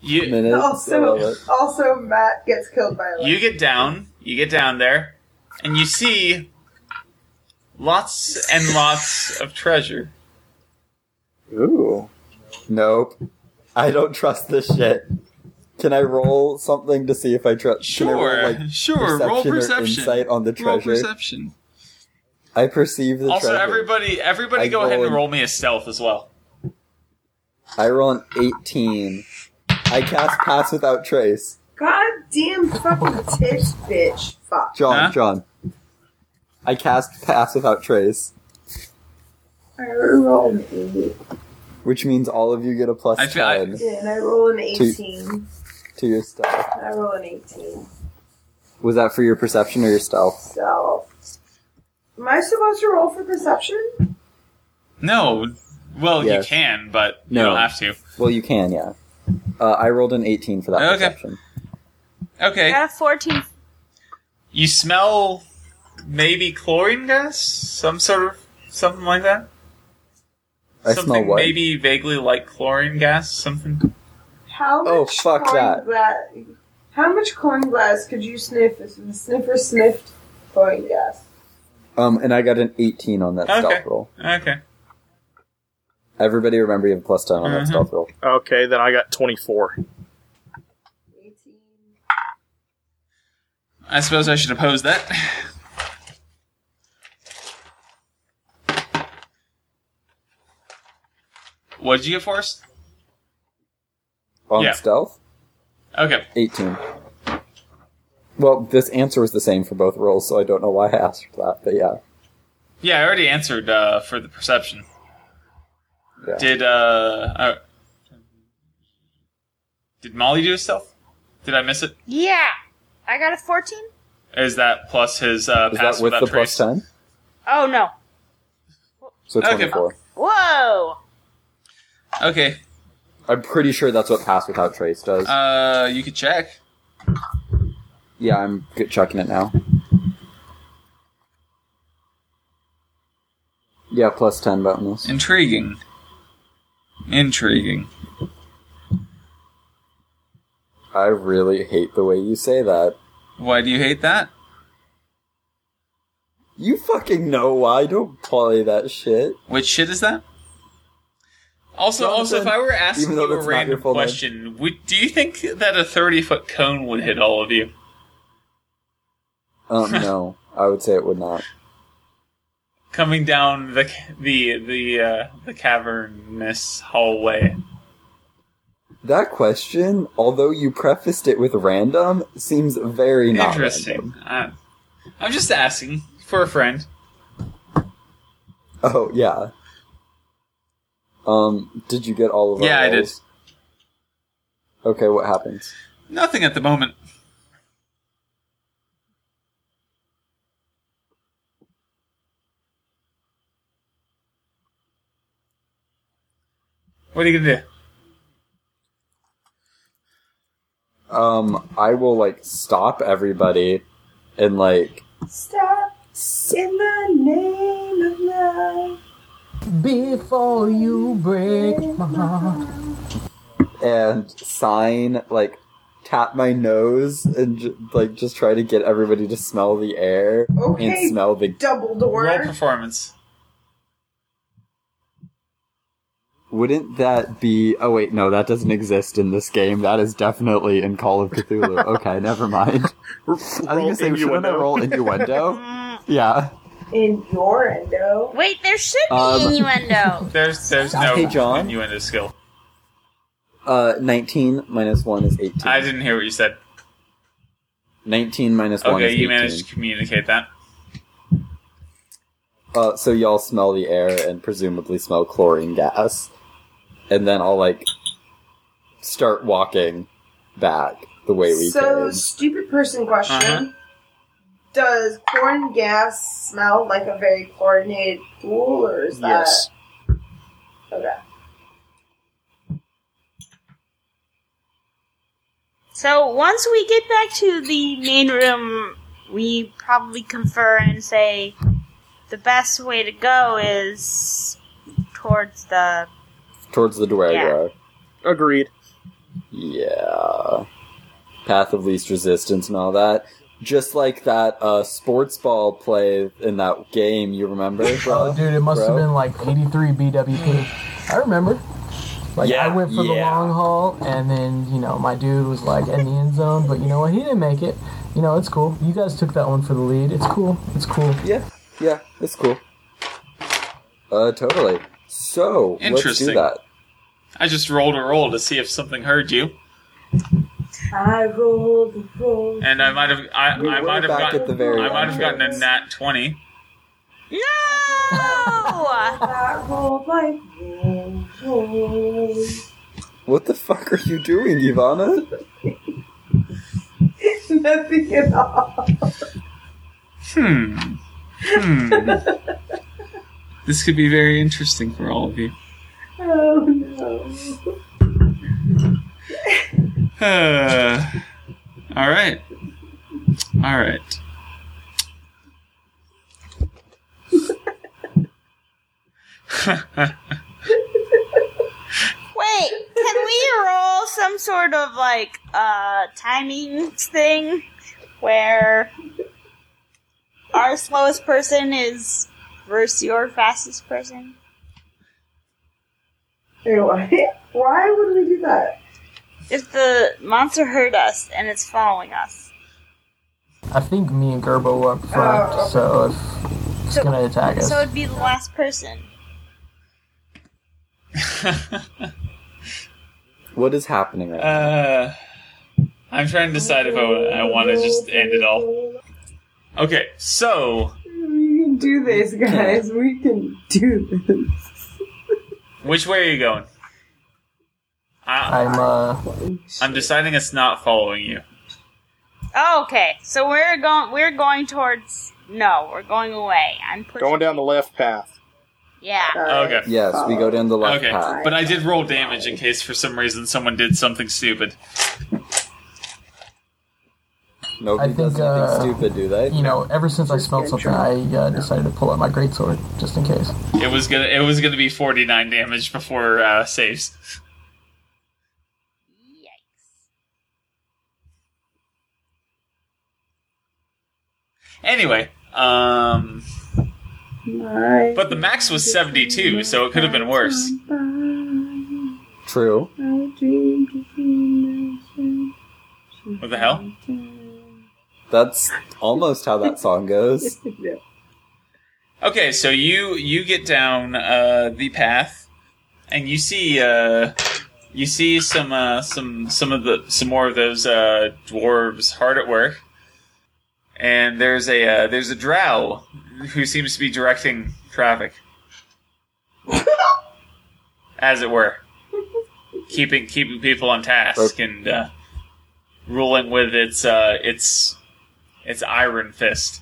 Speaker 1: you
Speaker 2: minutes. I love
Speaker 3: Also,
Speaker 2: it.
Speaker 3: also Matt gets killed by a
Speaker 1: you get down, you get down there, and you see lots and lots of treasure.
Speaker 4: Ooh.
Speaker 2: Nope. I don't trust this shit. Can I roll something to see if I trust?
Speaker 1: Sure, sure. roll perception.
Speaker 2: Or insight on the
Speaker 1: roll
Speaker 2: treasure.
Speaker 1: perception.
Speaker 2: I perceive the
Speaker 1: Also,
Speaker 2: treasure.
Speaker 1: everybody, everybody,
Speaker 2: I
Speaker 1: go ahead and
Speaker 2: rolled-
Speaker 1: roll me a stealth as well.
Speaker 2: I roll an 18. I cast Pass Without Trace.
Speaker 3: goddamn fucking tish bitch. Fuck.
Speaker 2: John,
Speaker 1: Huh?
Speaker 2: John. I cast Pass Without Trace,
Speaker 3: I roll an eight.
Speaker 2: which means all of you get a plus
Speaker 1: I feel- I-
Speaker 2: 10
Speaker 3: Yeah, and I roll an
Speaker 2: Two.
Speaker 3: eighteen.
Speaker 2: to your stealth.
Speaker 3: I roll an eighteen.
Speaker 2: Was that for your perception or your stealth?
Speaker 3: So, am I supposed to roll for perception?
Speaker 1: No, well,
Speaker 2: Yes.
Speaker 1: you can, but you
Speaker 2: No.
Speaker 1: don't have to.
Speaker 2: Well, you can, yeah. Uh, I rolled an 18 for that
Speaker 1: Okay.
Speaker 2: perception.
Speaker 5: I
Speaker 1: Okay,
Speaker 5: got a 14.
Speaker 1: you smell maybe chlorine gas, some sort of something like that.
Speaker 2: I
Speaker 1: something
Speaker 2: smell what?
Speaker 1: maybe vaguely like chlorine gas, something.
Speaker 3: How much
Speaker 2: Oh, fuck
Speaker 3: corn
Speaker 2: that.
Speaker 3: gla- how much corn glass could you sniff if the sniffer sniffed corn gas?
Speaker 2: Um, and I got an 18 on that
Speaker 1: Okay.
Speaker 2: stealth roll.
Speaker 1: Okay.
Speaker 2: Everybody remember you have plus 10 on that
Speaker 1: Mhm.
Speaker 2: stealth roll.
Speaker 4: Okay, then I got 24.
Speaker 3: Eighteen.
Speaker 1: I suppose I should oppose that. What'd you get for us?
Speaker 2: On
Speaker 1: Yeah.
Speaker 2: stealth?
Speaker 1: Okay.
Speaker 2: 18. Well, this answer was the same for both rolls, so I don't know why I asked for that, but yeah.
Speaker 1: Yeah, I already answered uh, for the perception.
Speaker 2: Yeah.
Speaker 1: Did uh, uh, did Molly do his stealth? Did I miss it?
Speaker 5: Yeah. I got a 14?
Speaker 1: Is that plus his uh,
Speaker 2: Is
Speaker 1: pass
Speaker 2: that with
Speaker 1: without
Speaker 2: the
Speaker 1: trace?
Speaker 2: plus 10?
Speaker 5: Oh, no.
Speaker 2: So
Speaker 1: Okay.
Speaker 2: 24.
Speaker 5: Whoa.
Speaker 1: Okay.
Speaker 2: I'm pretty sure that's what pass without trace does.
Speaker 1: Uh, you could check.
Speaker 2: yeah, I'm good checking it now. Yeah, plus 10 bonus.
Speaker 1: Intriguing. Intriguing.
Speaker 2: I really hate the way you say that.
Speaker 1: Why do you hate that?
Speaker 2: You fucking know why. Don't play that shit.
Speaker 1: Which shit is that? Also, also, if
Speaker 2: Jonathan,
Speaker 1: I were asking
Speaker 2: even though
Speaker 1: you a
Speaker 2: that's not your
Speaker 1: random
Speaker 2: full name.
Speaker 1: question, would, do you think that a thirty-foot cone would hit all of you? *laughs*
Speaker 2: Um, no, I would say it would not.
Speaker 1: coming down the the the uh, the cavernous hallway.
Speaker 2: That question, although you prefaced it with random, seems very not
Speaker 1: Interesting. Uh, I'm just asking for a friend.
Speaker 2: random. Oh yeah. Um, did you get all of? our
Speaker 1: Yeah, I did.
Speaker 2: rolls? Okay, what happens?
Speaker 1: Nothing at the moment. What are you gonna do?
Speaker 2: Um, I will like stop everybody, and like
Speaker 3: Stop in the name of love.
Speaker 6: Before you break my heart.
Speaker 2: and sign like tap my nose and j- like just try to get everybody to smell the air
Speaker 3: Okay.
Speaker 2: and smell the
Speaker 3: Double door.
Speaker 1: Roll performance.
Speaker 2: Wouldn't that be? Oh wait, no, that doesn't exist in this game. That is definitely in Call of *laughs* Cthulhu. okay, never mind. I was gonna say, shouldn't I roll innuendo? *laughs*
Speaker 5: Mm,
Speaker 2: yeah.
Speaker 3: in your endo.
Speaker 5: wait, there should be
Speaker 1: *laughs*
Speaker 2: Um,
Speaker 5: innuendo.
Speaker 1: There's there's no
Speaker 2: Hey, John.
Speaker 1: innuendo skill.
Speaker 2: Uh, nineteen minus one is eighteen.
Speaker 1: I didn't hear what you said.
Speaker 2: Nineteen minus one is
Speaker 1: Okay, you
Speaker 2: eighteen.
Speaker 1: managed to communicate that.
Speaker 2: Uh, so y'all smell the air and presumably smell chlorine gas, and then I'll like start walking back the way we
Speaker 3: So,
Speaker 2: came.
Speaker 3: stupid person question.
Speaker 1: Uh-huh.
Speaker 3: Does corn gas smell like a very chlorinated pool, or is that
Speaker 4: Yes.
Speaker 3: okay?
Speaker 5: So once we get back to the main room, we probably confer and say the best way to go is towards the.
Speaker 2: Towards the Dwargar.
Speaker 4: Agreed.
Speaker 2: Yeah. Path of least resistance and all that. Just like that uh, sports ball play in that game, you remember? Bro?
Speaker 6: *laughs* Oh, dude, it must have
Speaker 2: Bro?
Speaker 6: been like 83 BWP. I remember. Like,
Speaker 2: Yeah,
Speaker 6: I went for the
Speaker 2: yeah.
Speaker 6: long haul, and then, you know, my dude was like in the end zone, but you know what? He didn't make it. You know, it's cool. You guys took that one for the lead. It's cool. It's cool.
Speaker 2: Yeah, yeah, it's cool. Uh, totally. So let's do
Speaker 1: Interesting.
Speaker 2: that.
Speaker 1: I just rolled a roll to see if something heard you,
Speaker 3: I rolled the roll.
Speaker 1: and I might have I,
Speaker 2: We
Speaker 1: I
Speaker 2: were
Speaker 1: might have
Speaker 2: back
Speaker 1: gotten
Speaker 2: at the very
Speaker 1: I might have gotten a
Speaker 2: entrance.
Speaker 1: nat twenty.
Speaker 5: No!
Speaker 3: I rolled like roll, roll. *laughs*
Speaker 2: What the fuck are you doing, Ivana?
Speaker 3: Nothing at all. *laughs*
Speaker 1: Hmm.
Speaker 2: *laughs*
Speaker 1: Hmm. this could be very interesting for all of you. *sighs*
Speaker 3: Oh no.
Speaker 1: Uh, all right. All right.
Speaker 2: *laughs*
Speaker 1: *laughs*
Speaker 5: Wait, can we roll some sort of like uh timing thing where our slowest person is versus your fastest person?
Speaker 3: Anyway, *laughs* why would we do that?
Speaker 5: If the monster heard us and it's following us.
Speaker 6: I think me and Gerbo were up front,
Speaker 3: Oh.
Speaker 6: so if it's
Speaker 5: So-
Speaker 6: gonna attack us.
Speaker 5: So it'd be the last person.
Speaker 2: What is happening right now?
Speaker 1: Uh, I'm trying to decide if I, I want to just end it all. Okay, so
Speaker 3: We can do this, guys. We can do this.
Speaker 1: which way are you going? I,
Speaker 6: I'm uh
Speaker 1: I'm deciding it's not following you.
Speaker 5: Oh, okay, so we're going. We're going towards. No, we're going away. I'm pushing.
Speaker 4: Going down the left path.
Speaker 5: Yeah.
Speaker 1: Okay.
Speaker 2: Yes, we go down the left
Speaker 1: Okay,
Speaker 2: path.
Speaker 1: but I did roll damage in case for some reason someone did something stupid.
Speaker 2: Nobody
Speaker 6: I think,
Speaker 2: does anything
Speaker 6: uh,
Speaker 2: stupid, do they?
Speaker 6: you know, ever since I smelled something, I uh, decided to pull out my greatsword just in case.
Speaker 1: It was gonna it was gonna be 49 damage before uh, saves.
Speaker 5: Yikes.
Speaker 1: Anyway, um,
Speaker 3: My
Speaker 1: but the max was 72, so it could have been worse.
Speaker 2: True.
Speaker 1: What the hell?
Speaker 2: That's almost how that song goes.
Speaker 3: Yeah.
Speaker 1: Okay, so you you get down uh, the path, and you see uh, you see some uh, some some of the some more of those uh, dwarves hard at work, and there's a uh, there's a drow who seems to be directing traffic, as it were, keeping keeping people on task and uh, ruling with its uh, its its iron fist.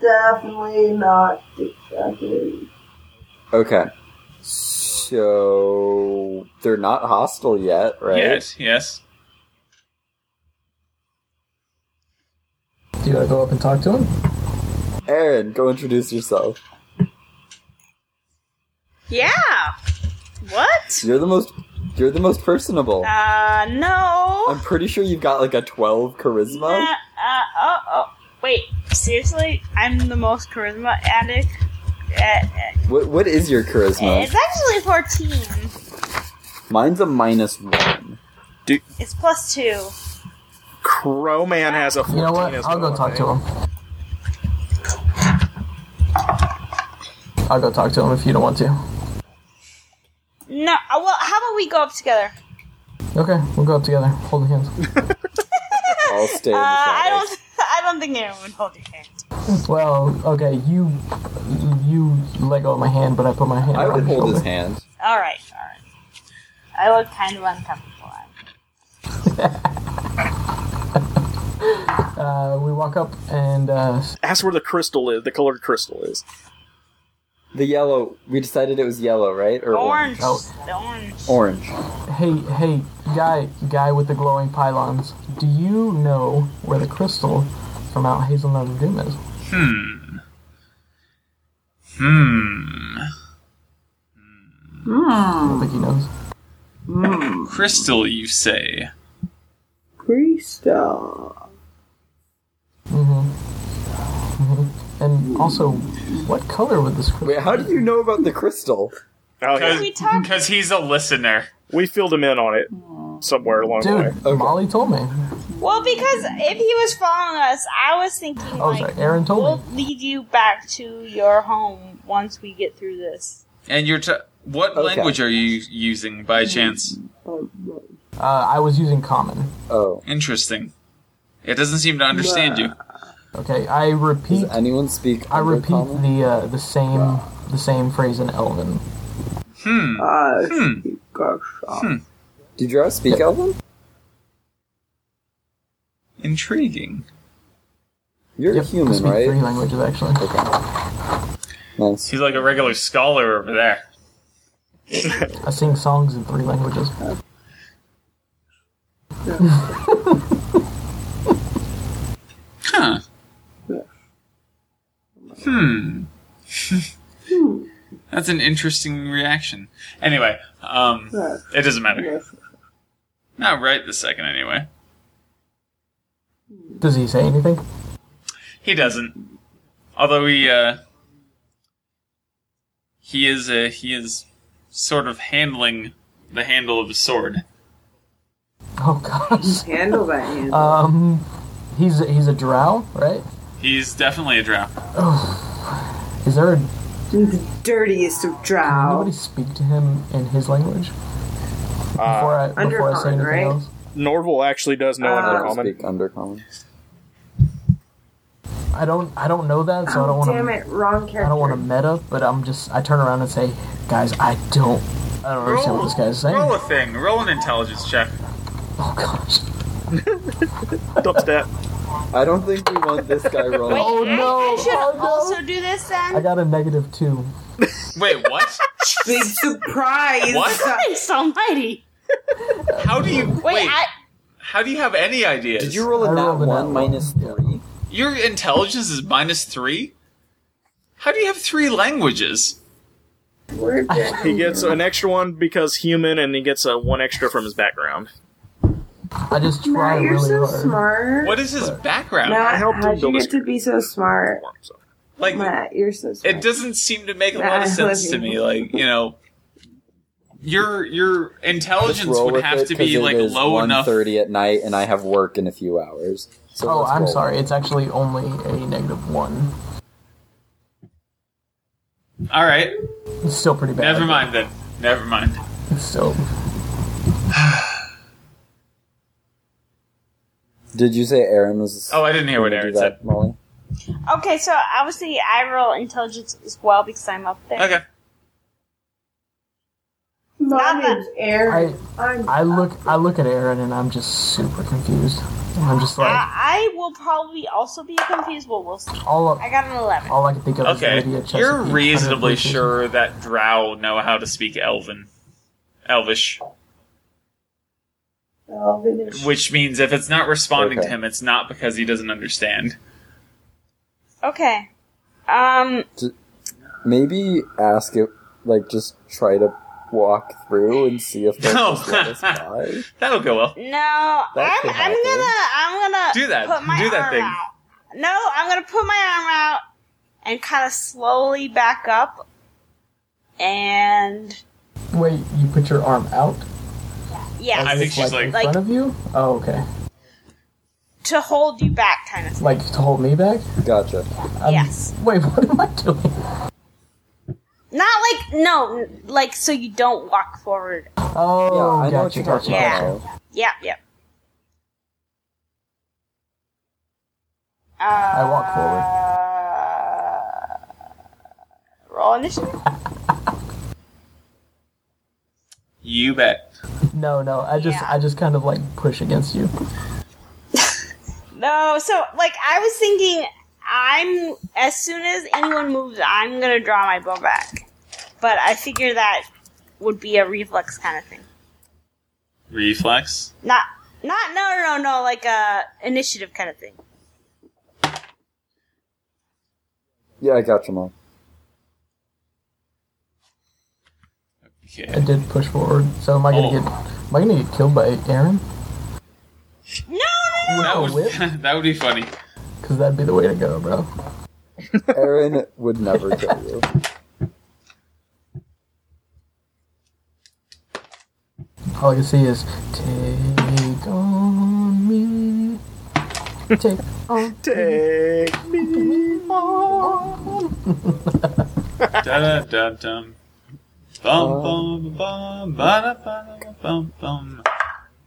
Speaker 3: Definitely not distracted.
Speaker 2: Okay. So they're not hostile yet, right?
Speaker 1: Yes, yes.
Speaker 6: Do you wanna go up and talk to him?
Speaker 2: Aaron, go introduce yourself.
Speaker 5: Yeah. What?
Speaker 2: You're the most you're the most personable.
Speaker 5: Uh, no.
Speaker 2: I'm pretty sure you've got like a 12 charisma.
Speaker 5: Uh, uh, oh, oh. Wait, seriously? I'm the most charisma addict. Uh, uh,
Speaker 2: What what is your charisma?
Speaker 5: it's actually 14.
Speaker 2: Mine's a minus one.
Speaker 5: It's plus 2.
Speaker 4: Crow Man has a 14
Speaker 6: You know what?
Speaker 4: as
Speaker 6: I'll
Speaker 4: well,
Speaker 6: go
Speaker 4: I
Speaker 6: talk to
Speaker 4: think.
Speaker 6: him. I'll go talk to him if you don't want to.
Speaker 5: No, uh, well, how about we go up together?
Speaker 6: Okay, we'll go up together, holding *laughs* hands.
Speaker 2: I'll stay in the
Speaker 5: Uh, I
Speaker 2: shadows.
Speaker 5: don't *laughs* I don't think anyone would hold your hand.
Speaker 6: Well, okay, you you let go of my hand, but I put my hand.
Speaker 2: I
Speaker 6: on
Speaker 2: would
Speaker 6: your
Speaker 2: hold
Speaker 6: shoulder.
Speaker 2: his hand.
Speaker 5: Alright, alright. I look kind of uncomfortable.
Speaker 6: Uh, we walk up and uh, uh,
Speaker 4: Ask where the crystal is, the colored crystal is.
Speaker 2: The yellow. We decided it was yellow, right? Or
Speaker 5: Orange. The orange.
Speaker 2: Orange.
Speaker 6: Hey, hey, guy, guy with the glowing pylons. Do you know where the crystal from Mount Hazelnut of Doom is?
Speaker 1: Hmm.
Speaker 6: I don't think he knows.
Speaker 1: Crystal, you say?
Speaker 3: Crystal.
Speaker 6: And also, what color would this crystal?
Speaker 2: Wait, how did you know about the crystal?
Speaker 4: Oh, yeah.
Speaker 5: We talked-
Speaker 1: Because he's a listener.
Speaker 4: We filled him in on it somewhere along the way. Uh,
Speaker 6: Dude, Molly told me.
Speaker 5: Well, because if he was following us, I was thinking
Speaker 6: Oh, sorry,
Speaker 5: like
Speaker 6: Aaron told
Speaker 5: we'll
Speaker 6: me.
Speaker 5: lead you back to your home once we get through this.
Speaker 1: And you're. T- what
Speaker 2: Okay.
Speaker 1: language are you using by chance?
Speaker 6: Uh, I was using common.
Speaker 2: Oh,
Speaker 1: Interesting. It doesn't seem to understand you.
Speaker 6: Okay, I repeat.
Speaker 2: does anyone speak?
Speaker 6: I repeat
Speaker 2: Undercommon?
Speaker 6: the uh, the same the same phrase in Elven.
Speaker 1: Hmm.
Speaker 3: Uh,
Speaker 1: Hmm.
Speaker 3: gosh.
Speaker 2: Did you speak Elven?
Speaker 1: Intriguing.
Speaker 2: You're
Speaker 6: Yep,
Speaker 2: a
Speaker 6: I
Speaker 2: human,
Speaker 6: speak three
Speaker 2: right?
Speaker 6: languages actually.
Speaker 2: Nice.
Speaker 1: He's like a regular scholar over there.
Speaker 6: I sing songs in three languages.
Speaker 1: Huh. Hmm. That's an interesting reaction. Anyway, um, it doesn't matter. Not right this second, anyway.
Speaker 6: Does he say anything? *laughs*
Speaker 1: He doesn't. Although he, uh, he is, uh, he is sort of handling the handle of his sword.
Speaker 6: Oh gosh.
Speaker 3: Handle that hand.
Speaker 6: Um, he's a, he's a drow, right?
Speaker 1: He's definitely a drow.
Speaker 6: Is there a,
Speaker 3: the dirtiest of drow.
Speaker 6: nobody speak to him in his language?
Speaker 1: Uh,
Speaker 6: Before I before I
Speaker 3: Undercommon,
Speaker 6: say anything
Speaker 3: right?
Speaker 6: else,
Speaker 4: Norval actually does know
Speaker 3: Uh,
Speaker 2: I
Speaker 4: Undercommon.
Speaker 2: speak Undercommon.
Speaker 6: I don't I don't know that, so I don't
Speaker 3: Oh,
Speaker 6: want
Speaker 3: damn
Speaker 6: to
Speaker 3: it, wrong character.
Speaker 6: I don't want to meta, but I'm just I turn around and say, guys, I don't I don't understand what this guy's
Speaker 1: roll
Speaker 6: saying.
Speaker 1: a thing. Roll an intelligence check.
Speaker 6: *laughs* Oh gosh.
Speaker 4: Dubstep.
Speaker 2: I don't think we want this
Speaker 6: *laughs*
Speaker 2: guy rolling.
Speaker 6: Oh
Speaker 5: I- I,
Speaker 6: no!
Speaker 5: should
Speaker 6: Oh, no.
Speaker 5: also do this then.
Speaker 6: I got a negative two.
Speaker 1: Wait, what?
Speaker 3: Big surprise.
Speaker 1: What?
Speaker 5: Thanks, Almighty.
Speaker 1: How do you
Speaker 5: Wait,
Speaker 1: wait?
Speaker 5: I,
Speaker 1: How do you have any ideas?
Speaker 2: Did you roll
Speaker 6: I
Speaker 2: a nat
Speaker 6: rolled a nat
Speaker 2: one minus
Speaker 6: one, yeah.
Speaker 2: three?
Speaker 1: Your intelligence is minus three. How do you have three languages?
Speaker 3: We're dead.
Speaker 4: He gets an extra one because human, and he gets a one extra from his background.
Speaker 6: I just
Speaker 3: Matt,
Speaker 6: try
Speaker 3: you're
Speaker 6: really
Speaker 3: so
Speaker 6: hard.
Speaker 3: smart.
Speaker 1: What is his background?
Speaker 4: I
Speaker 3: Matt,
Speaker 4: helped him
Speaker 3: how'd you
Speaker 4: build
Speaker 3: get
Speaker 4: his-
Speaker 3: to be so smart?
Speaker 4: So,
Speaker 1: like,
Speaker 3: Matt, you're so smart.
Speaker 1: it doesn't seem to make a lot
Speaker 3: Nah,
Speaker 1: of sense to
Speaker 3: listen.
Speaker 1: me. Like, you know, your your
Speaker 2: Just
Speaker 1: intelligence
Speaker 2: roll
Speaker 1: would
Speaker 2: with
Speaker 1: have
Speaker 2: it,
Speaker 1: to
Speaker 2: 'cause
Speaker 1: be
Speaker 2: it
Speaker 1: like
Speaker 2: is
Speaker 1: low enough.
Speaker 2: 1:30 at night, and I have work in a few hours. So
Speaker 6: Oh,
Speaker 2: let's
Speaker 6: I'm
Speaker 2: roll.
Speaker 6: sorry. It's actually only a negative one.
Speaker 1: All right,
Speaker 6: It's still pretty bad.
Speaker 1: never mind then. Never mind.
Speaker 6: It's still.
Speaker 2: Did you say Aaron was?
Speaker 1: Oh, I didn't hear what
Speaker 2: gonna do
Speaker 1: Aaron
Speaker 2: that,
Speaker 1: said.
Speaker 2: Molly?
Speaker 5: okay, so obviously I roll intelligence as well because I'm up there.
Speaker 1: Okay.
Speaker 3: My
Speaker 5: Not that-
Speaker 3: name's Aaron. I'm
Speaker 6: I look. I look at Aaron and I'm just super confused. I'm just like
Speaker 5: I, I will probably also be confused, but we'll see.
Speaker 6: all.
Speaker 5: I got an 11.
Speaker 6: All I can think of is maybe a
Speaker 1: Okay,
Speaker 6: Chesapeake
Speaker 1: you're reasonably
Speaker 6: 100%.
Speaker 1: sure that Drow know how to speak Elven, Elvish,
Speaker 3: Elvinish.
Speaker 1: which means if it's not responding to
Speaker 2: Okay.
Speaker 1: him, it's not because he doesn't understand.
Speaker 5: Okay. Um,
Speaker 2: Maybe ask it. Like, just try to walk through and see if they'll
Speaker 1: *laughs* No.
Speaker 2: just let us by.
Speaker 1: That'll go well.
Speaker 5: no,
Speaker 2: That
Speaker 5: I'm,
Speaker 2: could
Speaker 5: I'm
Speaker 2: happen.
Speaker 5: gonna, I'm gonna
Speaker 1: Do that.
Speaker 5: put my
Speaker 1: Do that
Speaker 5: arm
Speaker 1: thing.
Speaker 5: out. No, I'm gonna put my arm out and kind of slowly back up and,
Speaker 6: Wait, you put your arm out?
Speaker 5: yeah,
Speaker 1: I
Speaker 6: As
Speaker 1: think
Speaker 6: if,
Speaker 1: she's
Speaker 6: in
Speaker 5: like-
Speaker 6: front of you. Oh, okay.
Speaker 5: to hold you back kind of thing.
Speaker 6: Like to hold me back.
Speaker 2: Gotcha.
Speaker 6: I'm-
Speaker 5: Yes.
Speaker 6: Wait, *laughs* what am I doing?
Speaker 5: Not like, no, like so you don't walk forward.
Speaker 2: Yeah,
Speaker 6: Oh,
Speaker 2: I know what
Speaker 6: gotcha,
Speaker 2: you're
Speaker 6: gotcha.
Speaker 2: talking
Speaker 5: Yeah.
Speaker 2: about.
Speaker 5: Yep, yep. Uh,
Speaker 6: I walk forward.
Speaker 5: Uh, roll initiative?
Speaker 1: You bet.
Speaker 6: No, no. I just,
Speaker 5: Yeah.
Speaker 6: I just kind of like push against you.
Speaker 5: No, so like I was thinking I'm as soon as anyone moves, I'm gonna draw my bow back. But I figure that would be a reflex kind of thing.
Speaker 1: Reflex.
Speaker 5: Not, not, no, no, no, no, like a initiative kind of thing.
Speaker 2: Yeah, I got you, Mom.
Speaker 6: I
Speaker 1: Okay.
Speaker 6: did push forward, so am I gonna
Speaker 1: Oh.
Speaker 6: get? Am I gonna get killed by Aaron?
Speaker 5: No, no,
Speaker 6: With
Speaker 1: That
Speaker 6: a
Speaker 1: would
Speaker 6: whip?
Speaker 1: *laughs* that would be funny.
Speaker 6: Because that'd be the way to go, bro.
Speaker 2: Aaron would never kill you.
Speaker 6: All I can see is take on me, take
Speaker 1: Uh,
Speaker 6: on
Speaker 4: Take me.
Speaker 1: da da da dum.
Speaker 6: Uh,
Speaker 1: Bum bum bum ba da ba bum bum.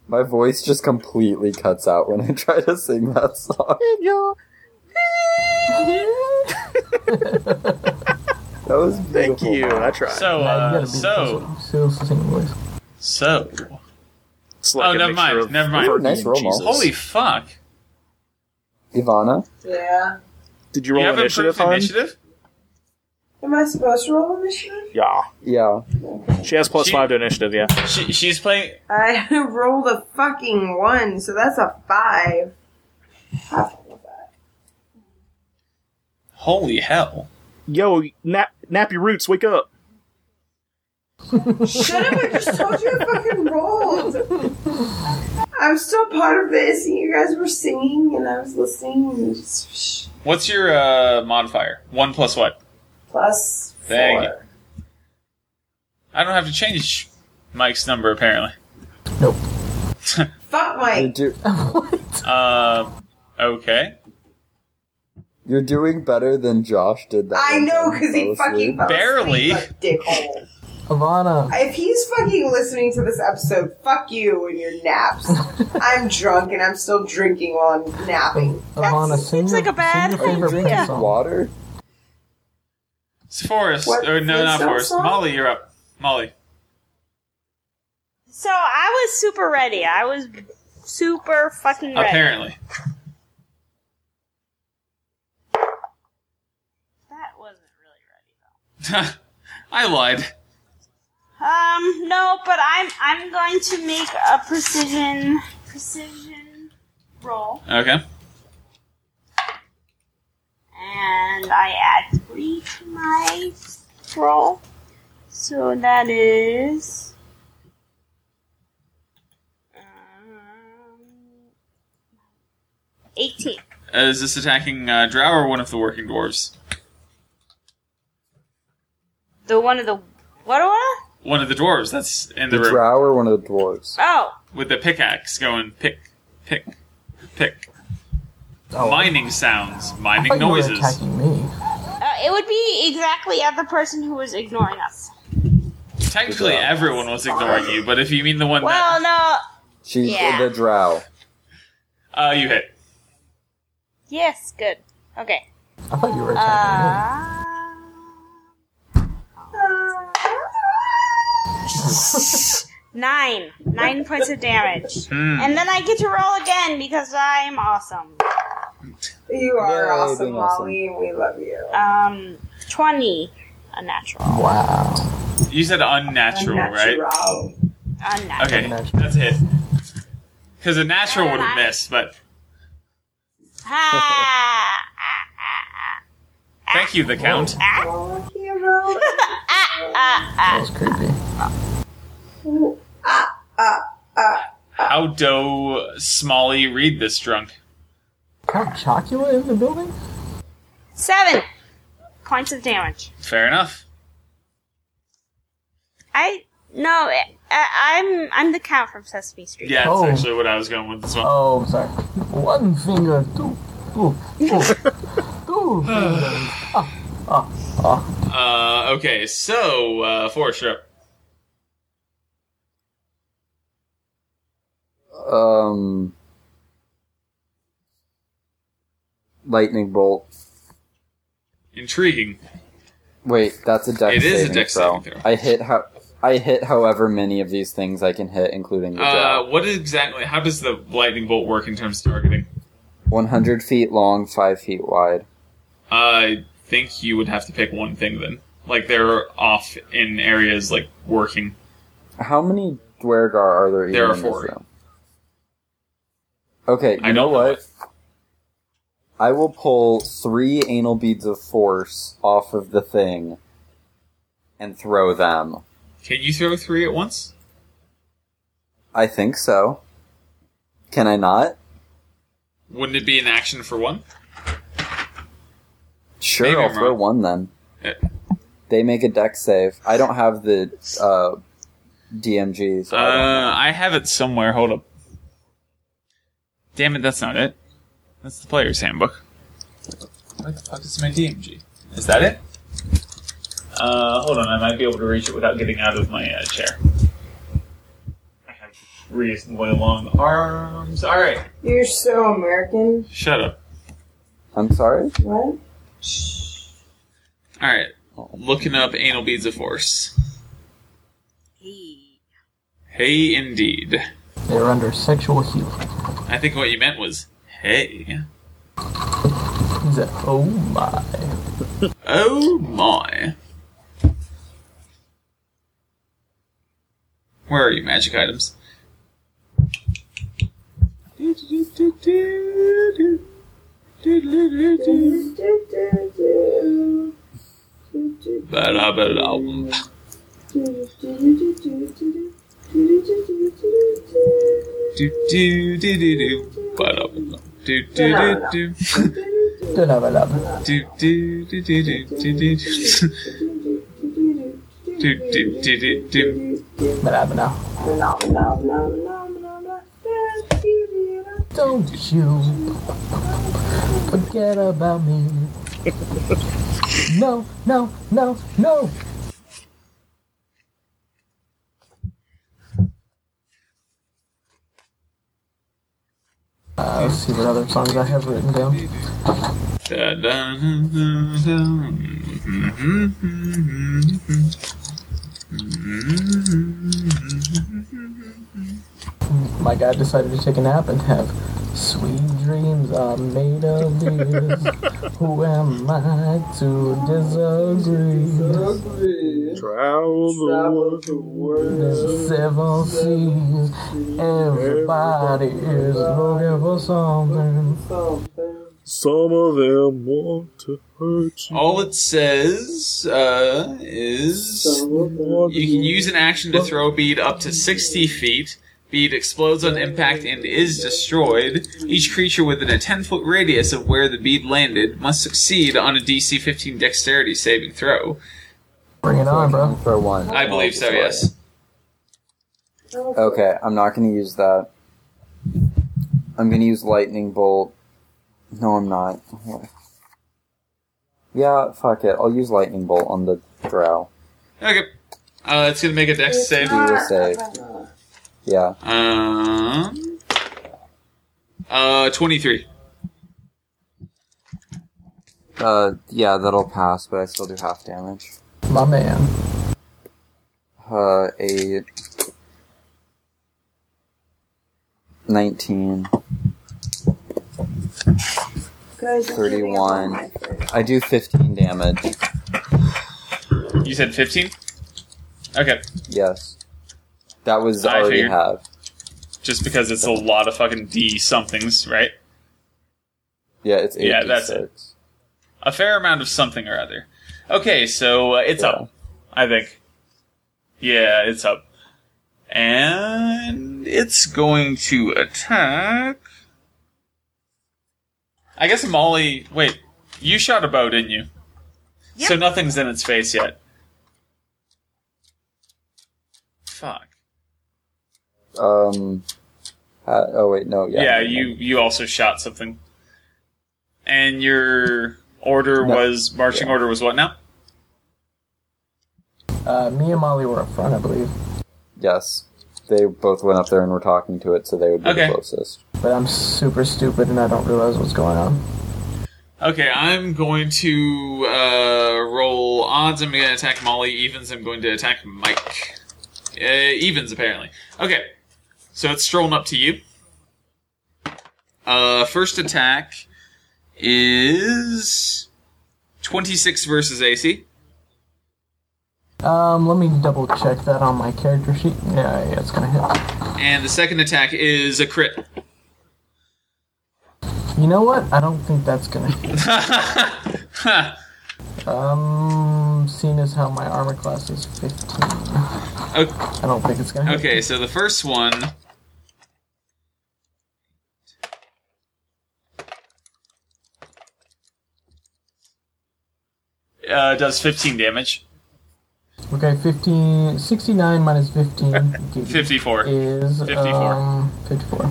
Speaker 2: My voice just completely cuts out when I try to sing that song. That was beautiful.
Speaker 4: Thank you. I tried.
Speaker 1: So uh, so
Speaker 6: so singing voice.
Speaker 1: so.
Speaker 4: It's like
Speaker 1: Oh,
Speaker 4: a
Speaker 1: never
Speaker 4: mixture
Speaker 1: mind,
Speaker 4: of
Speaker 1: never mind.
Speaker 4: Fergie
Speaker 2: Nice
Speaker 4: and
Speaker 2: roll, Mal.
Speaker 4: Jesus.
Speaker 1: Holy fuck!
Speaker 2: Ivana,
Speaker 3: Yeah.
Speaker 4: Did you
Speaker 1: You
Speaker 4: roll
Speaker 1: have
Speaker 4: initiative,
Speaker 1: improved
Speaker 4: hon?
Speaker 1: initiative.
Speaker 3: Am I supposed to roll initiative?
Speaker 4: Yeah.
Speaker 2: yeah,
Speaker 4: She has plus
Speaker 1: She-
Speaker 4: five to initiative, yeah.
Speaker 1: She, she's playing.
Speaker 3: I *laughs* rolled a fucking one, so that's a five. Have fun with that.
Speaker 1: Holy hell!
Speaker 4: Yo, nap, nap your roots, wake up.
Speaker 3: Shut up! I just told you I fucking rolled. I'm still part of this, and you guys were singing, and I was listening. And you just shh,
Speaker 1: What's your uh, modifier? One plus what?
Speaker 3: plus four.
Speaker 1: Dang it. I don't have to change Mike's number apparently.
Speaker 6: Nope. *laughs*
Speaker 3: Fuck
Speaker 2: you're,
Speaker 3: Mike.
Speaker 2: do-
Speaker 6: what?
Speaker 1: Uh, okay.
Speaker 2: you're doing better than Josh did that.
Speaker 3: I
Speaker 2: one time
Speaker 3: know because he
Speaker 2: fell asleep.
Speaker 3: fucking *laughs* fell asleep,
Speaker 1: Barely.
Speaker 3: like Dickhole.
Speaker 6: Ivana.
Speaker 3: If he's fucking listening to this episode, fuck you and
Speaker 2: *laughs*
Speaker 3: your naps. I'm drunk and I'm still drinking while I'm napping.
Speaker 6: Ivana, sing
Speaker 5: seems
Speaker 6: your,
Speaker 5: like a bad
Speaker 6: sing your favorite
Speaker 5: idea.
Speaker 6: Prince song.
Speaker 2: Water.
Speaker 1: It's Forrest.
Speaker 3: What?
Speaker 1: Or no,
Speaker 3: Is
Speaker 1: not
Speaker 3: that
Speaker 1: Forrest.
Speaker 3: song?
Speaker 1: Molly, you're up. Molly.
Speaker 5: So I was super ready. I was super fucking ready.
Speaker 1: Apparently. *laughs*
Speaker 5: That wasn't really ready though.
Speaker 1: I lied.
Speaker 5: Um, no, but I'm I'm going to make a precision precision roll,
Speaker 1: Okay.
Speaker 5: and I add three to my roll. So that is. um, 18.
Speaker 1: Uh, is this attacking uh, Drow or one of the working dwarves?
Speaker 5: The one of the. What do I?
Speaker 1: One of the dwarves that's in the,
Speaker 2: The
Speaker 1: room
Speaker 2: drow or one of the dwarves.
Speaker 5: Oh,
Speaker 1: with the pickaxe going pick, pick, pick.
Speaker 6: Oh,
Speaker 1: Mining sounds,
Speaker 6: I
Speaker 1: mining
Speaker 6: thought you were
Speaker 1: noises.
Speaker 6: attacking me.
Speaker 5: uh, it would be exactly at the person who was ignoring us.
Speaker 1: Technically,
Speaker 2: The drow.
Speaker 1: everyone was ignoring you, but if you mean the one
Speaker 5: Well, no.
Speaker 2: She's
Speaker 5: Yeah.
Speaker 2: the drow.
Speaker 1: that uh, you hit,
Speaker 5: Yes, good. Okay.
Speaker 6: I thought you were attacking me.
Speaker 5: Uh, *laughs* nine. Nine points of damage.
Speaker 1: Hmm.
Speaker 5: And then I get to roll again because I'm awesome.
Speaker 3: You are
Speaker 2: Yay,
Speaker 3: awesome,
Speaker 2: being awesome.
Speaker 3: Molly, and we love you.
Speaker 5: Um, 20. Unnatural.
Speaker 6: Wow.
Speaker 1: you said unnatural, right?
Speaker 3: Natural.
Speaker 5: Unnatural.
Speaker 1: Okay,
Speaker 6: Unnatural.
Speaker 1: that's a hit. Because a natural would have
Speaker 5: Alright.
Speaker 1: missed, but
Speaker 5: Ha!
Speaker 1: thank you, the count.
Speaker 3: Oh, hero.
Speaker 5: Ah,
Speaker 6: That was creepy.
Speaker 1: How do Smalley read this drunk?
Speaker 6: Count Chocula in the building?
Speaker 5: Seven points of damage.
Speaker 1: Fair enough.
Speaker 5: I no, I, I'm I'm the count from Sesame Street.
Speaker 1: Yeah, that's
Speaker 6: Oh.
Speaker 1: actually what I was going with as well.
Speaker 6: Oh, I'm sorry. One finger, two, two, two, two
Speaker 1: *laughs*
Speaker 6: fingers.
Speaker 1: Uh, okay, so uh, Forrest, you're up.
Speaker 2: Um, lightning bolt.
Speaker 1: Intriguing.
Speaker 2: Wait, that's a dex.
Speaker 1: It is a
Speaker 2: saving
Speaker 1: dex
Speaker 2: throw.
Speaker 1: saving throw.
Speaker 2: I hit how I hit however many of these things I can hit, including the
Speaker 1: Uh,
Speaker 2: drow.
Speaker 1: what exactly? How does the lightning bolt work in terms of targeting?
Speaker 2: One hundred feet long, five feet wide.
Speaker 1: I think you would have to pick one thing then. Like they're off in areas like working.
Speaker 2: How many Dwergar are there?
Speaker 1: There
Speaker 2: even
Speaker 1: are
Speaker 2: in this
Speaker 1: four.
Speaker 2: room? Okay, you
Speaker 1: I
Speaker 2: know
Speaker 1: don't
Speaker 2: what? I will pull three anal beads of force off of the thing and throw them.
Speaker 1: Can you throw three at once?
Speaker 2: I think so. Can I not?
Speaker 1: Wouldn't it be an action for one?
Speaker 2: Sure,
Speaker 1: Maybe
Speaker 2: I'll
Speaker 1: I'm
Speaker 2: throw
Speaker 1: wrong.
Speaker 2: one then.
Speaker 1: Yeah.
Speaker 2: They make a deck save. I don't have the uh, DMG, so I don't know.
Speaker 1: Uh, I have it somewhere. Hold up. Damn it, that's not it. That's the player's handbook. What the fuck is my DMG? Is that it? Uh, hold on, I might be able to reach it without getting out of my uh, chair. I have reasonably long arms. Alright,
Speaker 3: You're so American.
Speaker 1: shut up.
Speaker 2: I'm sorry.
Speaker 3: What?
Speaker 1: Alright, looking up anal beads of force.
Speaker 5: Hey.
Speaker 1: Hey, indeed.
Speaker 6: They're under sexual heat.
Speaker 1: I think what you meant was, hey.
Speaker 6: He's a oh my.
Speaker 1: Oh my. Where are you, magic items? Ba-da-ba-da-bum. Do-do-do-do-do. Ba-da-ba-da. Do-do-do-do.
Speaker 6: Da-da-ba-da-ba.
Speaker 1: Do-do-do-do-do-do-do. Do-do-do-do-do.
Speaker 6: Ba-da-ba-da. Don't you forget about me. No, no, no, no. Uh, let's see what other songs I have written down.
Speaker 1: Dun-dun-dun-dun. Mm-hmm.
Speaker 6: My guy decided to take a nap and have sweet dreams are made of these. Who am I to disagree?
Speaker 4: Travel the world.
Speaker 6: The seven seas. Everybody is looking for something.
Speaker 4: Some of them want to hurt you.
Speaker 1: All it says uh, is you can use an action to throw a bead up to 60 feet. Bead explodes on impact and is destroyed. Each creature within a 10 foot radius of where the bead landed must succeed on a DC 15 dexterity saving throw.
Speaker 6: Bring it on, bro.
Speaker 2: Throw one.
Speaker 1: I believe so, yes.
Speaker 2: Okay, I'm not going to use that. I'm going to use lightning bolt. No, I'm not. Yeah, fuck it. I'll use lightning bolt on the drow.
Speaker 1: Okay. Uh, it's going to make a dex save.
Speaker 2: Do a save. Yeah.
Speaker 1: Um, uh, 23.
Speaker 2: Uh, yeah, that'll pass, but I still do half damage.
Speaker 6: My man.
Speaker 2: Uh, a 19.
Speaker 3: Guys, I'm giving up on
Speaker 2: 31.
Speaker 3: my first.
Speaker 2: I do 15 damage.
Speaker 1: You said 15? Okay.
Speaker 2: Yes. That was
Speaker 1: I
Speaker 2: already
Speaker 1: figured.
Speaker 2: have.
Speaker 1: Just because it's a lot of fucking D somethings, right?
Speaker 2: Yeah, it's 8
Speaker 1: Yeah, that's it.
Speaker 2: d6.
Speaker 1: A fair amount of something or other. Okay, so uh, it's
Speaker 2: Yeah.
Speaker 1: up, I think. Yeah, it's up. And it's going to attack. I guess Molly. Wait, you shot a bow, didn't you?
Speaker 5: Yeah.
Speaker 1: So nothing's in its face yet. Fuck.
Speaker 2: Um. uh, oh wait, no. Yeah.
Speaker 1: Yeah, you you also shot something. And your order
Speaker 2: No.
Speaker 1: was marching
Speaker 2: Yeah.
Speaker 1: order was what now?
Speaker 6: Uh, me and Molly were up front, I believe.
Speaker 2: Yes, they both went up there and were talking to it, so they would be
Speaker 1: Okay.
Speaker 2: the closest.
Speaker 6: But I'm super stupid and I don't realize what's going on.
Speaker 1: Okay, I'm going to uh, roll odds. I'm going to attack Molly. Evens, I'm going to attack Mike. Uh, evens, apparently. Okay, so it's strolling up to you. Uh, first attack is 26 versus AC.
Speaker 6: Um, let me double check that on my character sheet. Yeah, yeah, it's gonna hit.
Speaker 1: And the second attack is a crit. *laughs*
Speaker 6: You know what? I don't think that's gonna hit. Um, seeing as how my armor class is 15, I
Speaker 1: okay.
Speaker 6: don't think it's gonna hit.
Speaker 1: Okay, so the first one. Uh, does 15 damage.
Speaker 6: Okay, 15, 69 minus 15 gives-
Speaker 1: 54.
Speaker 6: is
Speaker 1: 54.
Speaker 6: Um, 54.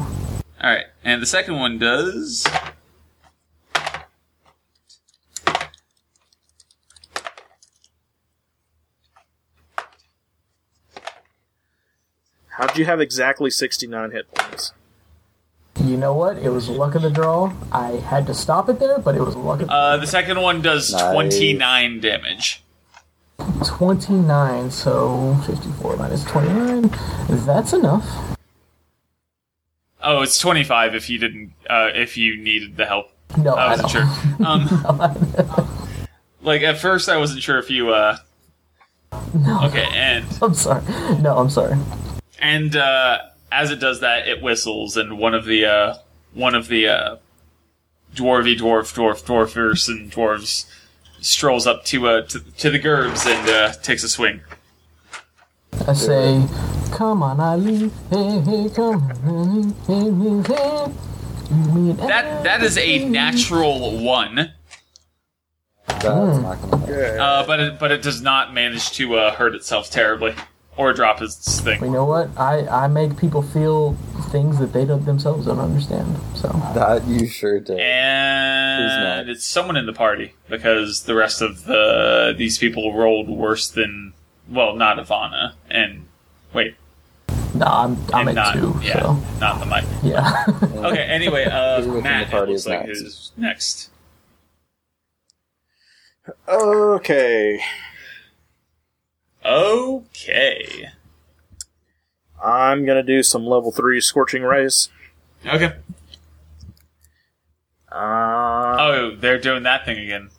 Speaker 1: Alright, and the second one does.
Speaker 4: How'd you have exactly 69 hit points?
Speaker 6: You know what? It was luck of the draw. I had to stop it there, but it was luck of
Speaker 1: Uh, the second one does
Speaker 2: Nice.
Speaker 1: 29 damage.
Speaker 6: 29, so 54 minus 29. That's enough.
Speaker 1: Oh, it's 25 if you didn't, uh, if you needed the help.
Speaker 6: No,
Speaker 1: I
Speaker 6: I
Speaker 1: wasn't
Speaker 6: don't. *laughs*
Speaker 1: sure. Um, like, at first I wasn't sure if you, uh.
Speaker 6: No.
Speaker 1: Okay, and.
Speaker 6: *laughs* I'm sorry. No, I'm sorry.
Speaker 1: And, uh, as it does that, it whistles, and one of the, uh, one of the, uh, dwarvy dwarf, dwarf, dwarfers, and dwarves strolls up to, uh, to, to the gerbs and, uh, takes a swing.
Speaker 6: I say, come on, Ali. Hey, hey, come on, Ali. Hey, hey, hey. You mean
Speaker 1: That, that is a natural one.
Speaker 2: That's
Speaker 3: Hmm.
Speaker 2: not gonna work.
Speaker 1: Uh, but it, but it does not manage to uh, hurt itself terribly or drop its
Speaker 6: You
Speaker 1: thing.
Speaker 6: know what? I, I make people feel things that they don't themselves don't understand. So
Speaker 2: That you sure did.
Speaker 1: And it's someone in the party because the rest of the these people rolled worse than well, not Ivana and wait,
Speaker 6: nah, I'm I'm
Speaker 1: and
Speaker 6: at
Speaker 1: not
Speaker 6: two.
Speaker 1: yeah,
Speaker 6: So
Speaker 1: not the mic.
Speaker 6: yeah. *laughs*
Speaker 1: *laughs* Okay, anyway, uh,
Speaker 2: Who within
Speaker 1: Matt
Speaker 2: the party
Speaker 1: it looks
Speaker 2: is
Speaker 1: like
Speaker 2: next?
Speaker 1: is next.
Speaker 4: Okay.
Speaker 1: Okay,
Speaker 4: I'm gonna do some level 3 Scorching Rays.
Speaker 1: okay.
Speaker 4: Uh,
Speaker 1: Oh, they're doing that thing again.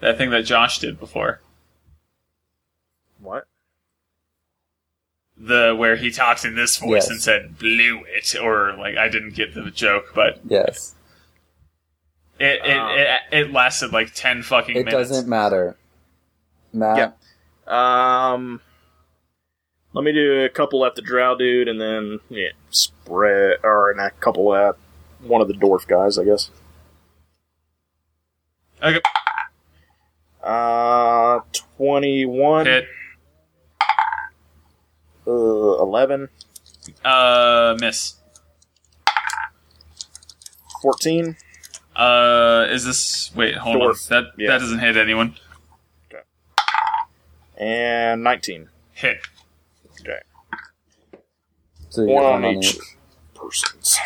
Speaker 1: That thing that Josh did before.
Speaker 4: what?
Speaker 1: the where he talked in this voice
Speaker 2: Yes.
Speaker 1: and said blew it or like I didn't get the joke, but
Speaker 2: Yes.
Speaker 1: it it, it, it lasted like ten fucking
Speaker 2: It
Speaker 1: minutes.
Speaker 2: doesn't matter. Matt,
Speaker 4: Yep. Um, let me do a couple at the Drow dude, and then yeah, spread or and a couple at one of the dwarf guys, I guess.
Speaker 1: Okay.
Speaker 4: Uh, twenty-one,
Speaker 1: Hit.
Speaker 4: uh, eleven,
Speaker 1: Uh, miss.
Speaker 4: fourteen.
Speaker 1: Uh, is this wait? Hold
Speaker 4: Dwarf.
Speaker 1: on. That
Speaker 4: Yeah.
Speaker 1: that doesn't hit anyone.
Speaker 4: and nineteen.
Speaker 1: Hit.
Speaker 4: Okay,
Speaker 2: so you get
Speaker 4: One
Speaker 2: one on
Speaker 4: each.
Speaker 2: each.
Speaker 4: persons.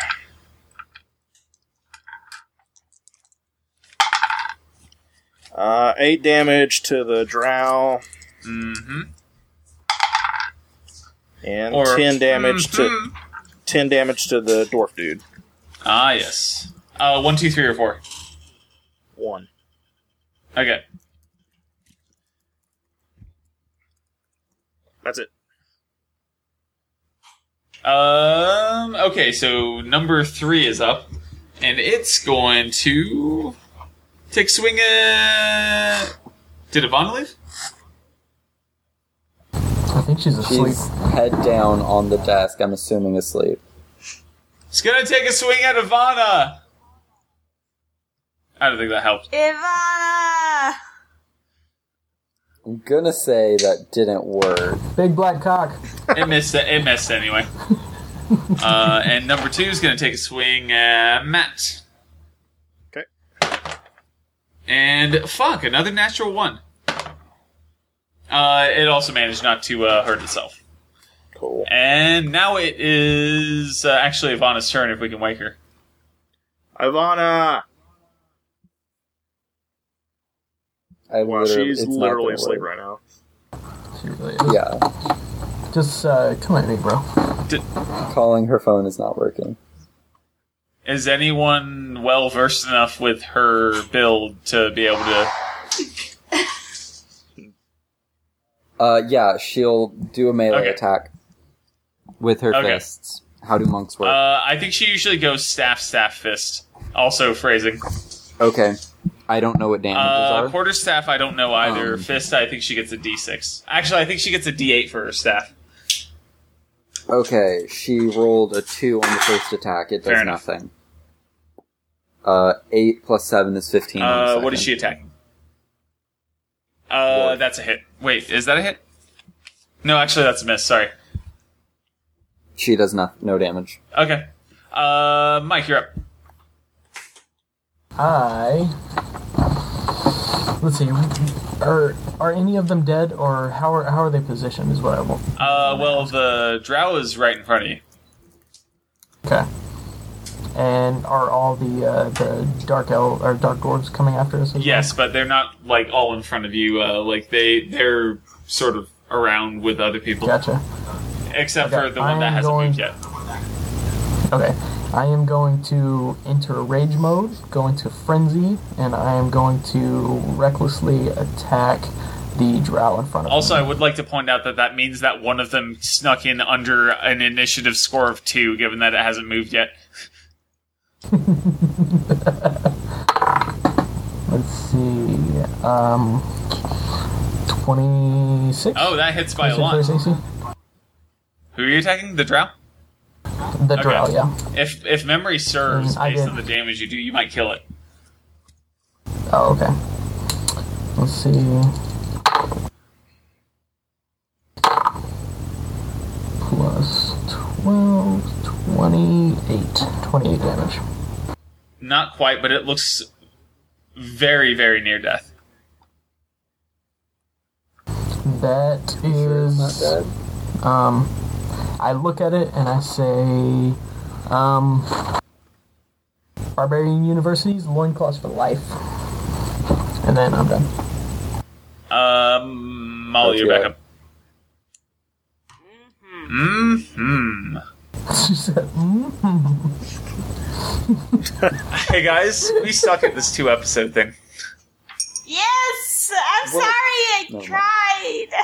Speaker 4: Uh, eight damage to the Drow,
Speaker 1: Mm-hmm.
Speaker 4: and ten damage to ten damage to the dwarf dude.
Speaker 1: Ah yes. Uh, one, two, three, or four.
Speaker 4: One.
Speaker 1: Okay.
Speaker 4: That's it.
Speaker 1: Um. Okay. So number three is up, and it's going to take a swing at. Did Yvonne leave?
Speaker 6: I think she's asleep.
Speaker 2: She's head down on the desk, I'm assuming asleep.
Speaker 1: It's gonna take a swing at Ivana. I don't think that helped.
Speaker 5: Ivana!
Speaker 2: I'm gonna say that didn't work.
Speaker 6: Big black cock.
Speaker 1: It missed. It missed anyway. Uh, and number two is gonna take a swing at Matt.
Speaker 4: Okay.
Speaker 1: And fuck, another natural one. Uh, it also managed not to uh, hurt itself.
Speaker 4: Cool.
Speaker 1: And now it is uh, actually Ivana's turn if we can wake her.
Speaker 4: Ivana!
Speaker 2: I
Speaker 4: Wow,
Speaker 2: literally,
Speaker 4: she's
Speaker 2: it's not gonna
Speaker 4: literally asleep
Speaker 2: work.
Speaker 4: right now.
Speaker 6: She really is.
Speaker 2: Yeah,
Speaker 6: Just uh, come at me, bro.
Speaker 1: Did,
Speaker 2: calling her phone is not working.
Speaker 1: Is anyone well versed enough with her build to be able to?
Speaker 2: Uh, yeah, she'll do a melee
Speaker 1: Okay.
Speaker 2: attack with her
Speaker 1: Okay.
Speaker 2: fists. How do monks work?
Speaker 1: Uh, I think she usually goes staff, staff, fist. Also phrasing.
Speaker 2: okay, I don't know what damages
Speaker 1: Uh,
Speaker 2: are.
Speaker 1: quarter staff, I don't know either.
Speaker 2: Um.
Speaker 1: Fist, I think she gets a D6. Actually, I think she gets a D8 for her staff.
Speaker 2: Okay, she rolled a two on the first attack. It does
Speaker 1: Fair enough.
Speaker 2: nothing. Uh, eight plus seven is fifteen. on the
Speaker 1: Uh, what is she
Speaker 2: second.
Speaker 1: attacking? Uh,
Speaker 2: Ward.
Speaker 1: that's a hit. Wait, is that a hit? No, actually, that's a miss. Sorry.
Speaker 2: She does not no damage.
Speaker 1: Okay. Uh, Mike, you're up.
Speaker 6: I. Let's see. Are are any of them dead, or how are how are they positioned? Is what I want.
Speaker 1: Uh, well, the drow is right in front of you.
Speaker 6: Okay. And are all the uh, the dark el or dark dwarves coming after us? as well?
Speaker 1: Yes, but they're not like all in front of you. Uh, like they they're sort of around with other people,
Speaker 6: Gotcha.
Speaker 1: except
Speaker 6: Okay,
Speaker 1: for the one that
Speaker 6: I'm
Speaker 1: hasn't
Speaker 6: going-
Speaker 1: moved yet.
Speaker 6: Okay. I am going to enter rage mode, go into frenzy, and I am going to recklessly attack the drow in front of
Speaker 1: Also,
Speaker 6: me.
Speaker 1: I would like to point out that that means that one of them snuck in under an initiative score of two, given that it hasn't moved yet.
Speaker 6: Let's see. Um, 26?
Speaker 1: Oh, that hits by a
Speaker 6: 26 versus
Speaker 1: lot.
Speaker 6: AC?
Speaker 1: Who are you attacking? The drow.
Speaker 6: The drow,
Speaker 1: Okay.
Speaker 6: yeah.
Speaker 1: If if memory serves,
Speaker 6: Mm, I
Speaker 1: based
Speaker 6: did.
Speaker 1: on the damage you do, you might kill it.
Speaker 6: Oh, okay. Let's see. Plus 12, 28. 28 damage.
Speaker 1: Not quite, but it looks very very near death.
Speaker 6: That
Speaker 2: Not
Speaker 6: is.
Speaker 2: bad.
Speaker 6: Um, I look at it and I say, um, Barbarian Universities, loincloths for life. And then I'm done. *laughs*
Speaker 1: Um, Molly,
Speaker 2: That's
Speaker 1: you're
Speaker 2: good.
Speaker 1: back up. Hmm.
Speaker 6: She said, "Mm."
Speaker 1: Hey guys, we suck at this two episode thing.
Speaker 5: Yes! I'm
Speaker 2: Well,
Speaker 5: sorry, I
Speaker 2: never mind.
Speaker 5: tried!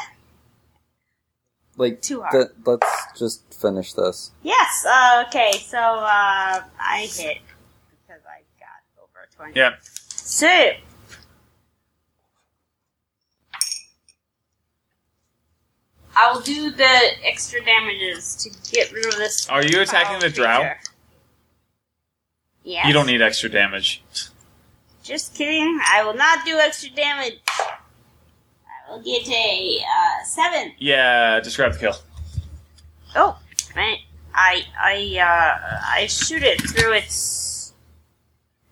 Speaker 2: Like
Speaker 5: Too hard.
Speaker 2: th- let's just finish this.
Speaker 5: Yes, uh, okay, so, uh, I hit because I got over 20.
Speaker 1: Yeah.
Speaker 5: So, I'll do the extra damages to get rid of this.
Speaker 1: Are you
Speaker 6: Oh,
Speaker 1: attacking the drow?
Speaker 5: creature. Yes.
Speaker 1: You don't need extra damage.
Speaker 5: Just kidding. I will not do extra damage. I will get a uh, seven.
Speaker 1: Yeah, just grab the kill.
Speaker 5: Oh, I I I, uh, I shoot it through its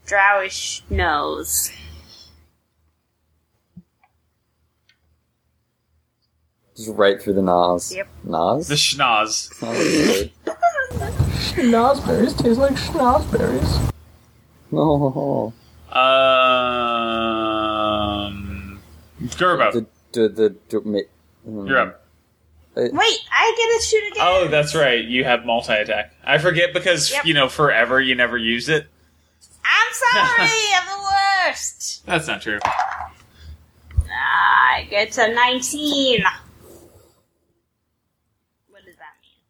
Speaker 5: drowish nose.
Speaker 2: Just right through the nos.
Speaker 5: Yep.
Speaker 2: Nas. *laughs*
Speaker 1: The schnoz.
Speaker 6: Schnozberries taste like schnozberries.
Speaker 2: no.
Speaker 1: Um, Gerbo,
Speaker 2: The the the. the ma- mm.
Speaker 1: you're up.
Speaker 5: Wait, I get to shoot again.
Speaker 1: Oh, that's right. You have multi attack. I forget because
Speaker 5: Yep.
Speaker 1: you know forever you never used it.
Speaker 5: I'm
Speaker 1: *laughs*
Speaker 5: sorry. I'm the worst.
Speaker 1: That's not true.
Speaker 5: I get a nineteen. What does that mean?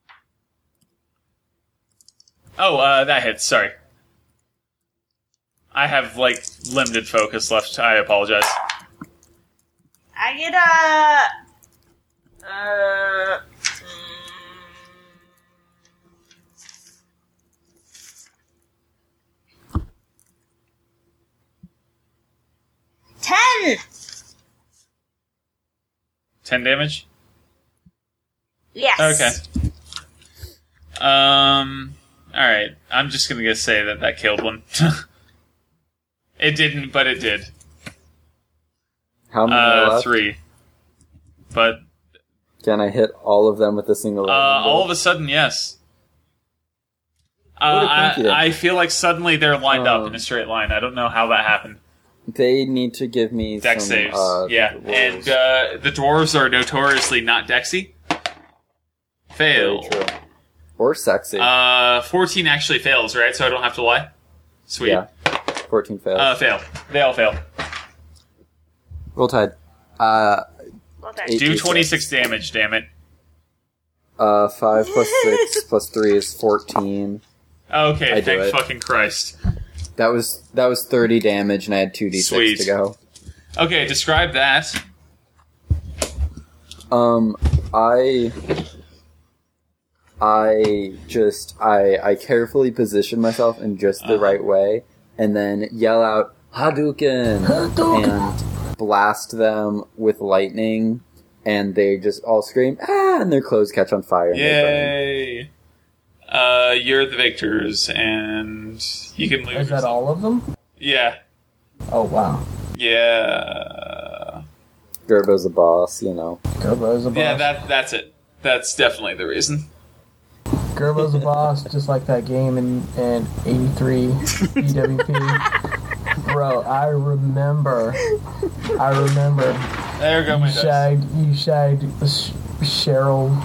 Speaker 1: Oh, uh, that hits. Sorry. I have like limited focus left. I apologize.
Speaker 5: I get a. Uh. mm. Ten.
Speaker 1: Ten damage.
Speaker 5: Yes.
Speaker 1: Okay. Um. All right. I'm just gonna go say that that killed one. *laughs* it didn't, but it did.
Speaker 2: How many are
Speaker 1: Uh,
Speaker 2: left?
Speaker 1: three. But
Speaker 2: Can I hit all of them with a single?
Speaker 1: uh, all of a sudden, yes. Uh,
Speaker 2: a pinky there.
Speaker 1: I, I feel like suddenly they're lined up
Speaker 2: Um,
Speaker 1: in a straight line. I don't know how that happened.
Speaker 2: they need to give me
Speaker 1: Deck
Speaker 2: some,
Speaker 1: saves,
Speaker 2: Uh,
Speaker 1: yeah,
Speaker 2: rolls.
Speaker 1: and uh, the dwarves are notoriously not dexy.
Speaker 2: Very
Speaker 1: Fail.
Speaker 2: true. Or sexy.
Speaker 1: Uh, 14 actually fails, right? So I don't have to lie. Sweet.
Speaker 2: yeah. 14 fails.
Speaker 1: Uh, fail. They all fail.
Speaker 2: Roll tide. Uh,
Speaker 5: Well, there.
Speaker 2: Eight.
Speaker 1: Do
Speaker 2: Jesus.
Speaker 1: 26 damage, damn it.
Speaker 2: uh, 5
Speaker 5: *laughs*
Speaker 2: plus 6 plus 3 is 14.
Speaker 1: Okay,
Speaker 2: I do
Speaker 1: thank
Speaker 2: it.
Speaker 1: fucking Christ.
Speaker 2: That was that was 30 damage, and I had 2d6
Speaker 1: Sweet.
Speaker 2: to go.
Speaker 1: Okay, describe that.
Speaker 2: Um, I, I just I I carefully position myself in just the right way, and then yell out Hadouken, and blast them with lightning, and they just all scream ah, and their clothes catch on fire. and they burn.
Speaker 1: Yay. Uh, you're the victors, and you can lose.
Speaker 6: Is that all of them?
Speaker 1: Yeah.
Speaker 6: Oh wow,
Speaker 1: Yeah.
Speaker 2: Gerbo's a boss, you know.
Speaker 6: Gerbo's a boss.
Speaker 1: Yeah, that that's it. That's definitely the reason.
Speaker 6: Gerbo's a boss, just like that game in, in 83
Speaker 1: *laughs*
Speaker 6: BWP. Bro, I remember. I remember.
Speaker 1: There go Oh my
Speaker 6: You
Speaker 1: dice.
Speaker 6: shagged, you shagged Sh- Cheryl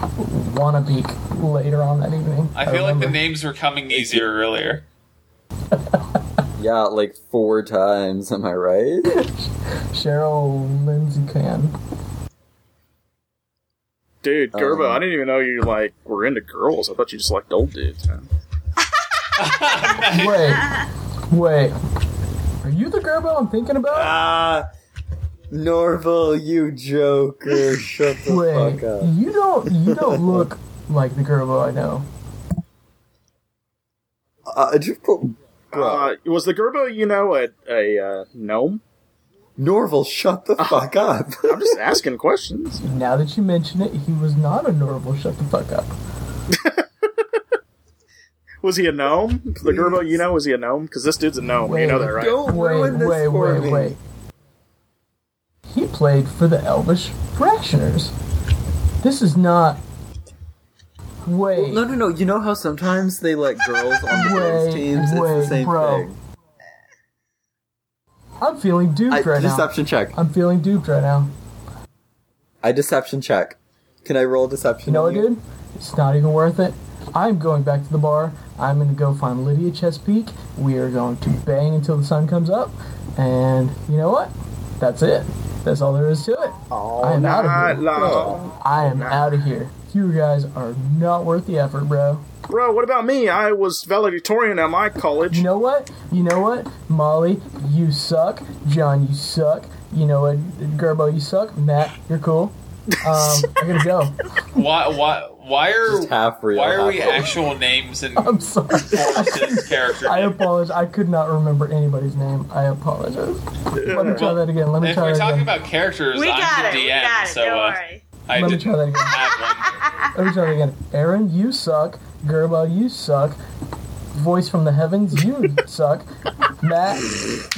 Speaker 6: Wannabeak later on that evening.
Speaker 1: I feel like the
Speaker 6: remember.
Speaker 1: names were coming easier earlier.
Speaker 2: Yeah, like four times. Am I right?
Speaker 6: Cheryl Lindsay Can.
Speaker 1: *laughs*
Speaker 4: Dude, Gerbo,
Speaker 2: Um,
Speaker 4: I didn't even know you like were into girls. I thought you just liked old dudes. man.
Speaker 6: Wait, wait. Are you the Gerbo I'm thinking about?
Speaker 2: Ah, Norval, you joker! Shut the
Speaker 6: wait,
Speaker 2: fuck up.
Speaker 6: you don't you don't look like the Gerbo I know.
Speaker 2: Uh, just put,
Speaker 4: Uh, was the Gerbo, you know, a, a uh, gnome?
Speaker 2: Norval, shut *laughs* the fuck up.
Speaker 4: I'm just asking questions.
Speaker 6: Now that you mention it, he was not a normal. Shut the fuck up.
Speaker 4: Was he a gnome? The Gerbo, you know, was he a gnome? Because this dude's a gnome. you know that, right?
Speaker 2: Don't ruin this
Speaker 6: wait,
Speaker 2: for
Speaker 6: wait,
Speaker 2: me.
Speaker 6: wait. He played for the Elvish Fractioners. This is not. Wait,
Speaker 2: No, no, no. You know how sometimes they let girls on the
Speaker 6: wait,
Speaker 2: girls' teams? It's
Speaker 6: wait,
Speaker 2: the same
Speaker 6: bro.
Speaker 2: thing.
Speaker 6: I'm feeling duped
Speaker 2: I,
Speaker 6: right now.
Speaker 2: deception check.
Speaker 6: I'm feeling duped right now.
Speaker 2: I deception check. Can I roll deception?
Speaker 6: You know what,
Speaker 2: on you?
Speaker 6: dude? It's not even worth it. I'm going back to the bar. I'm gonna go find Lydia Chesapeake. We are going to bang until the sun comes up, and you know what? That's it. That's all there is to it. I am
Speaker 4: Not
Speaker 6: out of here.
Speaker 4: long.
Speaker 6: I am out of here. You guys are not worth the effort, bro.
Speaker 4: Bro, what about me? I was valedictorian at my college. *laughs*
Speaker 6: You know what? You know what? Molly, you suck. John, you suck. You know what? Gerbo, you suck. Matt, you're cool. Um, I gotta go.
Speaker 1: Why why why are
Speaker 2: Just half real,
Speaker 1: why are
Speaker 2: half
Speaker 1: we
Speaker 2: real.
Speaker 1: actual names and
Speaker 6: *laughs*
Speaker 1: *laughs*
Speaker 6: I'm sorry.
Speaker 1: this character?
Speaker 6: *laughs* I apologize. I could not remember anybody's name. I apologize. Let me try that again. Let me
Speaker 1: if
Speaker 6: try
Speaker 1: we're
Speaker 6: that
Speaker 1: talking
Speaker 6: again.
Speaker 1: about characters,
Speaker 5: We
Speaker 1: I'm
Speaker 5: got it.
Speaker 1: the DM,
Speaker 5: We got it.
Speaker 1: so
Speaker 5: Don't
Speaker 1: uh,
Speaker 5: worry.
Speaker 1: I
Speaker 6: Let me
Speaker 1: did
Speaker 6: try that again.
Speaker 1: have one.
Speaker 6: Let me try that again. Aaron, you suck. Gerbo, you suck. Voice from the heavens,
Speaker 1: *laughs*
Speaker 6: you suck. Matt,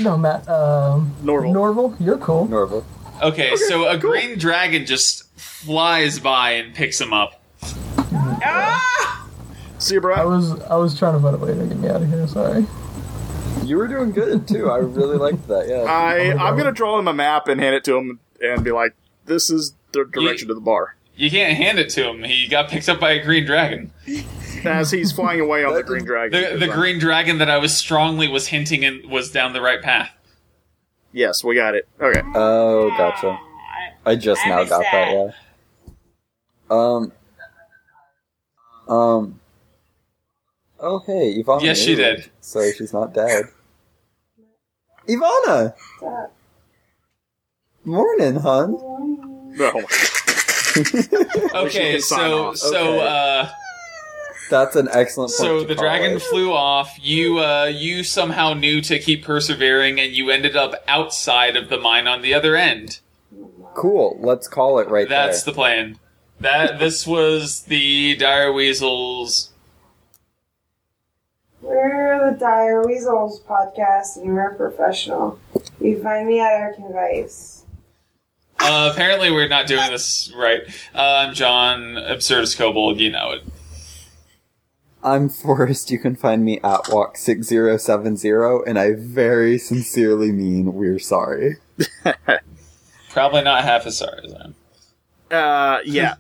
Speaker 6: no, Matt, um,
Speaker 4: Norval.
Speaker 6: Norval, you're cool.
Speaker 2: Norval.
Speaker 1: Okay, so
Speaker 6: *laughs*
Speaker 1: a green dragon just flies by and picks him up.
Speaker 4: See you,
Speaker 6: I
Speaker 4: bro.
Speaker 6: was I was trying to find a way to get me out of here. Sorry.
Speaker 2: You were doing good too. I really liked that. Yeah.
Speaker 1: Uh,
Speaker 4: I, I'm going to draw him a map and hand it to him and be like, this is the direction to the bar.
Speaker 1: You can't hand it to him. He got picked up by a green dragon.
Speaker 4: As he's flying away on the green
Speaker 1: The
Speaker 4: dragon.
Speaker 1: the green dragon that I was strongly was hinting and was down the right path.
Speaker 4: Yes, we got it. Okay.
Speaker 2: Oh, gotcha. I just
Speaker 5: I
Speaker 2: now
Speaker 5: missed
Speaker 2: got that.
Speaker 5: that.
Speaker 2: Yeah. Um. Um. Oh hey, Ivana.
Speaker 1: Yes, she
Speaker 2: knew it,
Speaker 1: did.
Speaker 2: So she's not dead. Ivana. Morning, hun. *laughs*
Speaker 4: No.
Speaker 1: Okay,
Speaker 4: can sign
Speaker 1: so
Speaker 4: off.
Speaker 1: so
Speaker 2: Okay.
Speaker 1: uh
Speaker 2: That's an excellent. Point
Speaker 1: so
Speaker 2: to
Speaker 1: the
Speaker 2: call
Speaker 1: dragon
Speaker 2: it.
Speaker 1: flew off. You uh you somehow knew to keep persevering and you ended up outside of the mine on the other end.
Speaker 2: Cool. Let's call it right
Speaker 1: That's
Speaker 2: there.
Speaker 1: the plan. That this was the dire weasels
Speaker 3: We're the Dire Weasels podcast, and we're professional. You can find me at Arkin Vice.
Speaker 1: Uh, apparently, we're not doing this right. Uh, I'm John Absurdus Kobold. You know it.
Speaker 2: I'm Forrest. You can find me at walk six zero seven zero, and I very sincerely mean we're sorry.
Speaker 1: Probably not half as sorry as I am.
Speaker 4: Uh, yeah.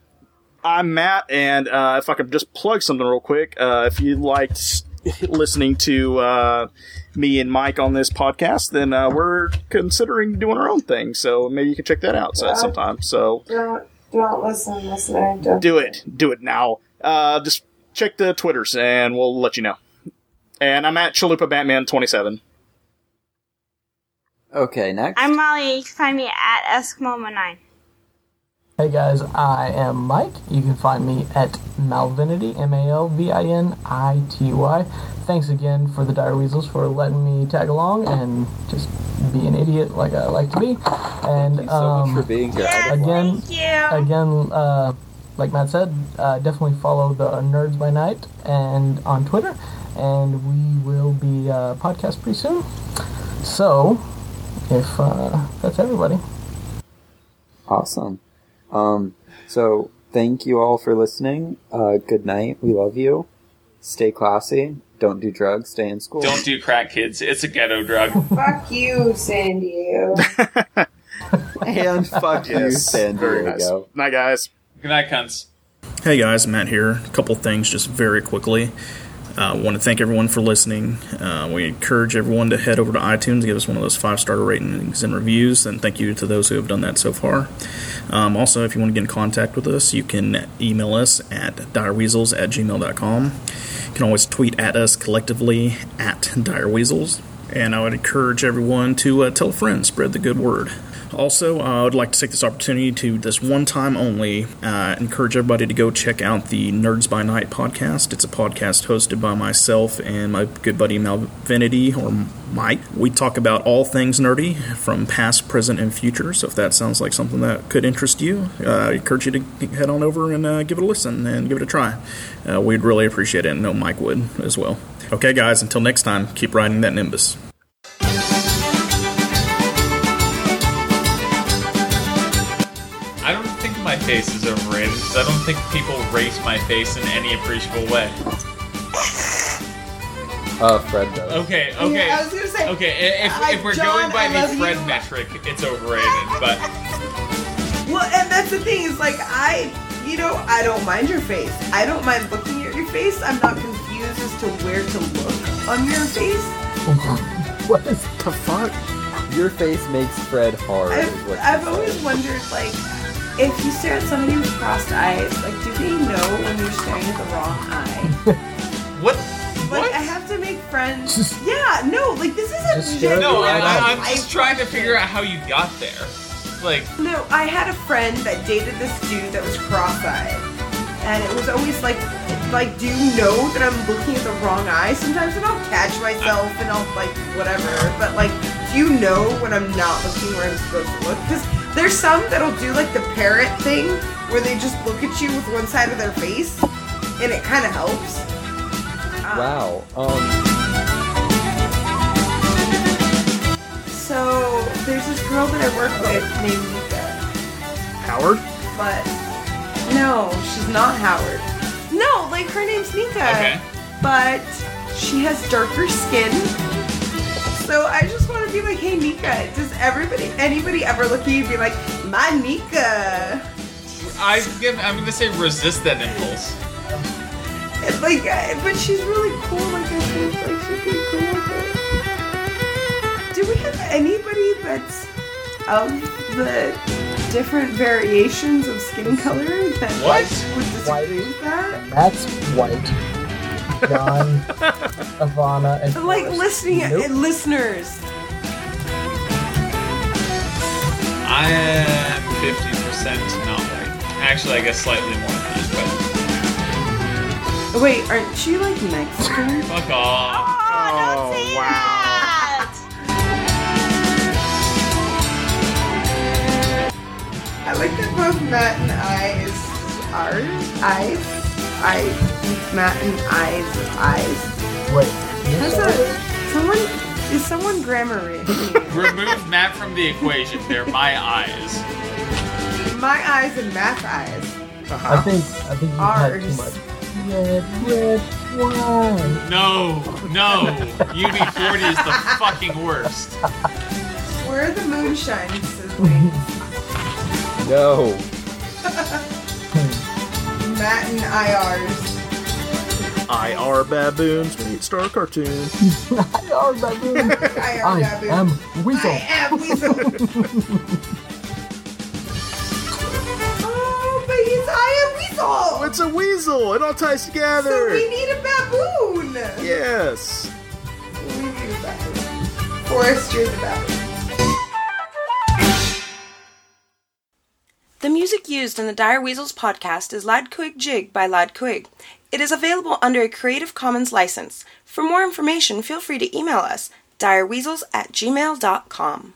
Speaker 7: I'm Matt, and uh, if I could just plug something real quick, uh, if you liked *laughs* listening to uh, me and Mike on this podcast, then uh, we're considering doing our own thing. So maybe you can check that out so- sometime. So
Speaker 3: Don't, don't listen, listener. Don't.
Speaker 7: do it, do it now. Uh, just check the twitters, and we'll let you know. And I'm at Chalupa Batman 27.
Speaker 2: Okay, next.
Speaker 5: I'm Molly. You can find me at Eskmoma9.
Speaker 6: Hey guys, I am Mike. You can find me at Malvinity, M A L V I N I T Y. Thanks again for the Dire Weasels for letting me tag along and just be an idiot like I like to be. And
Speaker 2: Thank you so
Speaker 6: um,
Speaker 2: much for being here. I
Speaker 5: Yes,
Speaker 2: don't-
Speaker 6: Again-
Speaker 5: thank you.
Speaker 6: again, uh, like Matt said, uh, definitely follow the Nerds by Night and on Twitter, and we will be uh, podcast pretty soon. So, if uh, that's everybody,
Speaker 2: Awesome. Um, so thank you all for listening. Uh, good night. We love you. Stay classy. Don't do drugs. Stay in school.
Speaker 1: Don't do crack, kids. It's a ghetto drug.
Speaker 3: Fuck you, San Diego.
Speaker 2: and fuck you, San
Speaker 7: Very
Speaker 2: Diego.
Speaker 7: nice. Night, guys.
Speaker 1: Good night, cunts.
Speaker 4: Hey guys, Matt here. A couple things just very quickly. I uh, want to thank everyone for listening. Uh, we encourage everyone to head over to iTunes, give us one of those five star ratings and reviews, and thank you to those who have done that so far. Um, also, if you want to get in contact with us, you can email us at direweasels at gmail.com. You can always tweet at us collectively at direweasels. And I would encourage everyone to uh, tell a friend, spread the good word. Also, uh, I would like to take this opportunity to, this one time only, uh, encourage everybody to go check out the Nerds by Night podcast. It's a podcast hosted by myself and my good buddy Malvinity, or Mike. We talk about all things nerdy from past, present, and future. So if that sounds like something that could interest you, uh, I encourage you to head on over and uh, give it a listen and give it a try. Uh, we'd really appreciate it, and know Mike would as well. Okay, guys, until next time, keep riding that Nimbus.
Speaker 1: I don't think my face is overrated because I don't think people rate my face in any appreciable way.
Speaker 2: Uh, Fred does.
Speaker 1: Okay, *laughs* okay.
Speaker 3: I was gonna say,
Speaker 1: Okay, i- if,
Speaker 3: I-
Speaker 1: if we're
Speaker 3: John,
Speaker 1: going by
Speaker 3: I love
Speaker 1: the
Speaker 3: you.
Speaker 1: Fred metric, it's overrated, but
Speaker 3: Well, and that's the thing is like I, you know, I don't mind your face. I don't mind looking at your face. I'm not confused as to where to look on your face.
Speaker 6: what is
Speaker 2: the fuck? Your face makes Fred hard. is
Speaker 3: I've,
Speaker 2: what she
Speaker 3: I've
Speaker 2: said.
Speaker 3: always wondered like if you stare at somebody with crossed eyes, like do they know when you're staring at the wrong eye?
Speaker 1: what?
Speaker 3: Like
Speaker 1: What?
Speaker 3: I have to make friends.
Speaker 6: Just-
Speaker 3: yeah, no, like this is a
Speaker 6: Just stare at the
Speaker 1: No,
Speaker 3: genuine,
Speaker 1: I, I, I'm
Speaker 3: like,
Speaker 1: just
Speaker 3: life
Speaker 1: trying to
Speaker 3: question.
Speaker 1: figure out how you got there. Like,
Speaker 3: No, I had a friend that dated this dude that was cross-eyed, and it was always like, like, do you know that I'm looking at the wrong eye sometimes, and I'll catch myself and I'll like whatever, but like, do you know when I'm not looking where I'm supposed to look? Because there's some that'll do like the parrot thing where they just look at you with one side of their face, and it kind of helps. Um,
Speaker 2: Wow. Um,
Speaker 3: So there's this girl that I work with named Mika.
Speaker 7: Howard?
Speaker 3: But no, she's not Howard. No, like her name's Nika.
Speaker 1: Okay.
Speaker 3: But she has darker skin. So I just want to be like, hey Nika, does everybody anybody ever look at you and be like, my Nika?
Speaker 1: I, I'm gonna say resist that impulse.
Speaker 3: And like uh, but she's really cool, like I think like she'd be cool with it. Do we have anybody that's of the different variations of skin color that
Speaker 1: What?
Speaker 3: would disagree with that?
Speaker 6: that's white? John, Ivana, and
Speaker 3: like
Speaker 6: Forrest.
Speaker 3: listening
Speaker 6: Nope.
Speaker 3: listeners
Speaker 1: I am 50% not white. Actually, I guess slightly more than that,
Speaker 3: Oh, wait aren't you like mexican
Speaker 1: but fuck off.
Speaker 5: Oh,
Speaker 7: Oh,
Speaker 5: don't say
Speaker 7: wow.
Speaker 5: that!
Speaker 3: i like that both matt and i is ours eyes i matt and i's eyes
Speaker 6: Wait, you're
Speaker 3: How's
Speaker 6: sorry?
Speaker 3: that? someone is someone grammaring here? *laughs*
Speaker 1: Remove Matt from the equation. They're my eyes.
Speaker 3: my eyes and matt's eyes
Speaker 6: I think I think you had too
Speaker 3: Ours.
Speaker 6: much. Red, red wine.
Speaker 1: No, no. UB40 is the fucking worst.
Speaker 3: where the *laughs* moonshine sizzling
Speaker 2: no.
Speaker 3: Matt and IRs.
Speaker 4: IR baboons, we need star cartoon.
Speaker 6: I are baboon.
Speaker 3: IR
Speaker 6: I
Speaker 3: baboon.
Speaker 6: am Weasel.
Speaker 3: I am Weasel. *laughs* oh, but he's I am Weasel.
Speaker 4: It's a weasel. It all ties
Speaker 3: So
Speaker 4: together.
Speaker 3: we need a baboon.
Speaker 4: yes.
Speaker 3: We need a baboon. Forrest, you're the baboon.
Speaker 8: The music used in the Dire Weasels podcast is Lad Quig Jig by Lad Quig. It is available under a Creative Commons license. For more information, feel free to email us direweasels at gmail.com.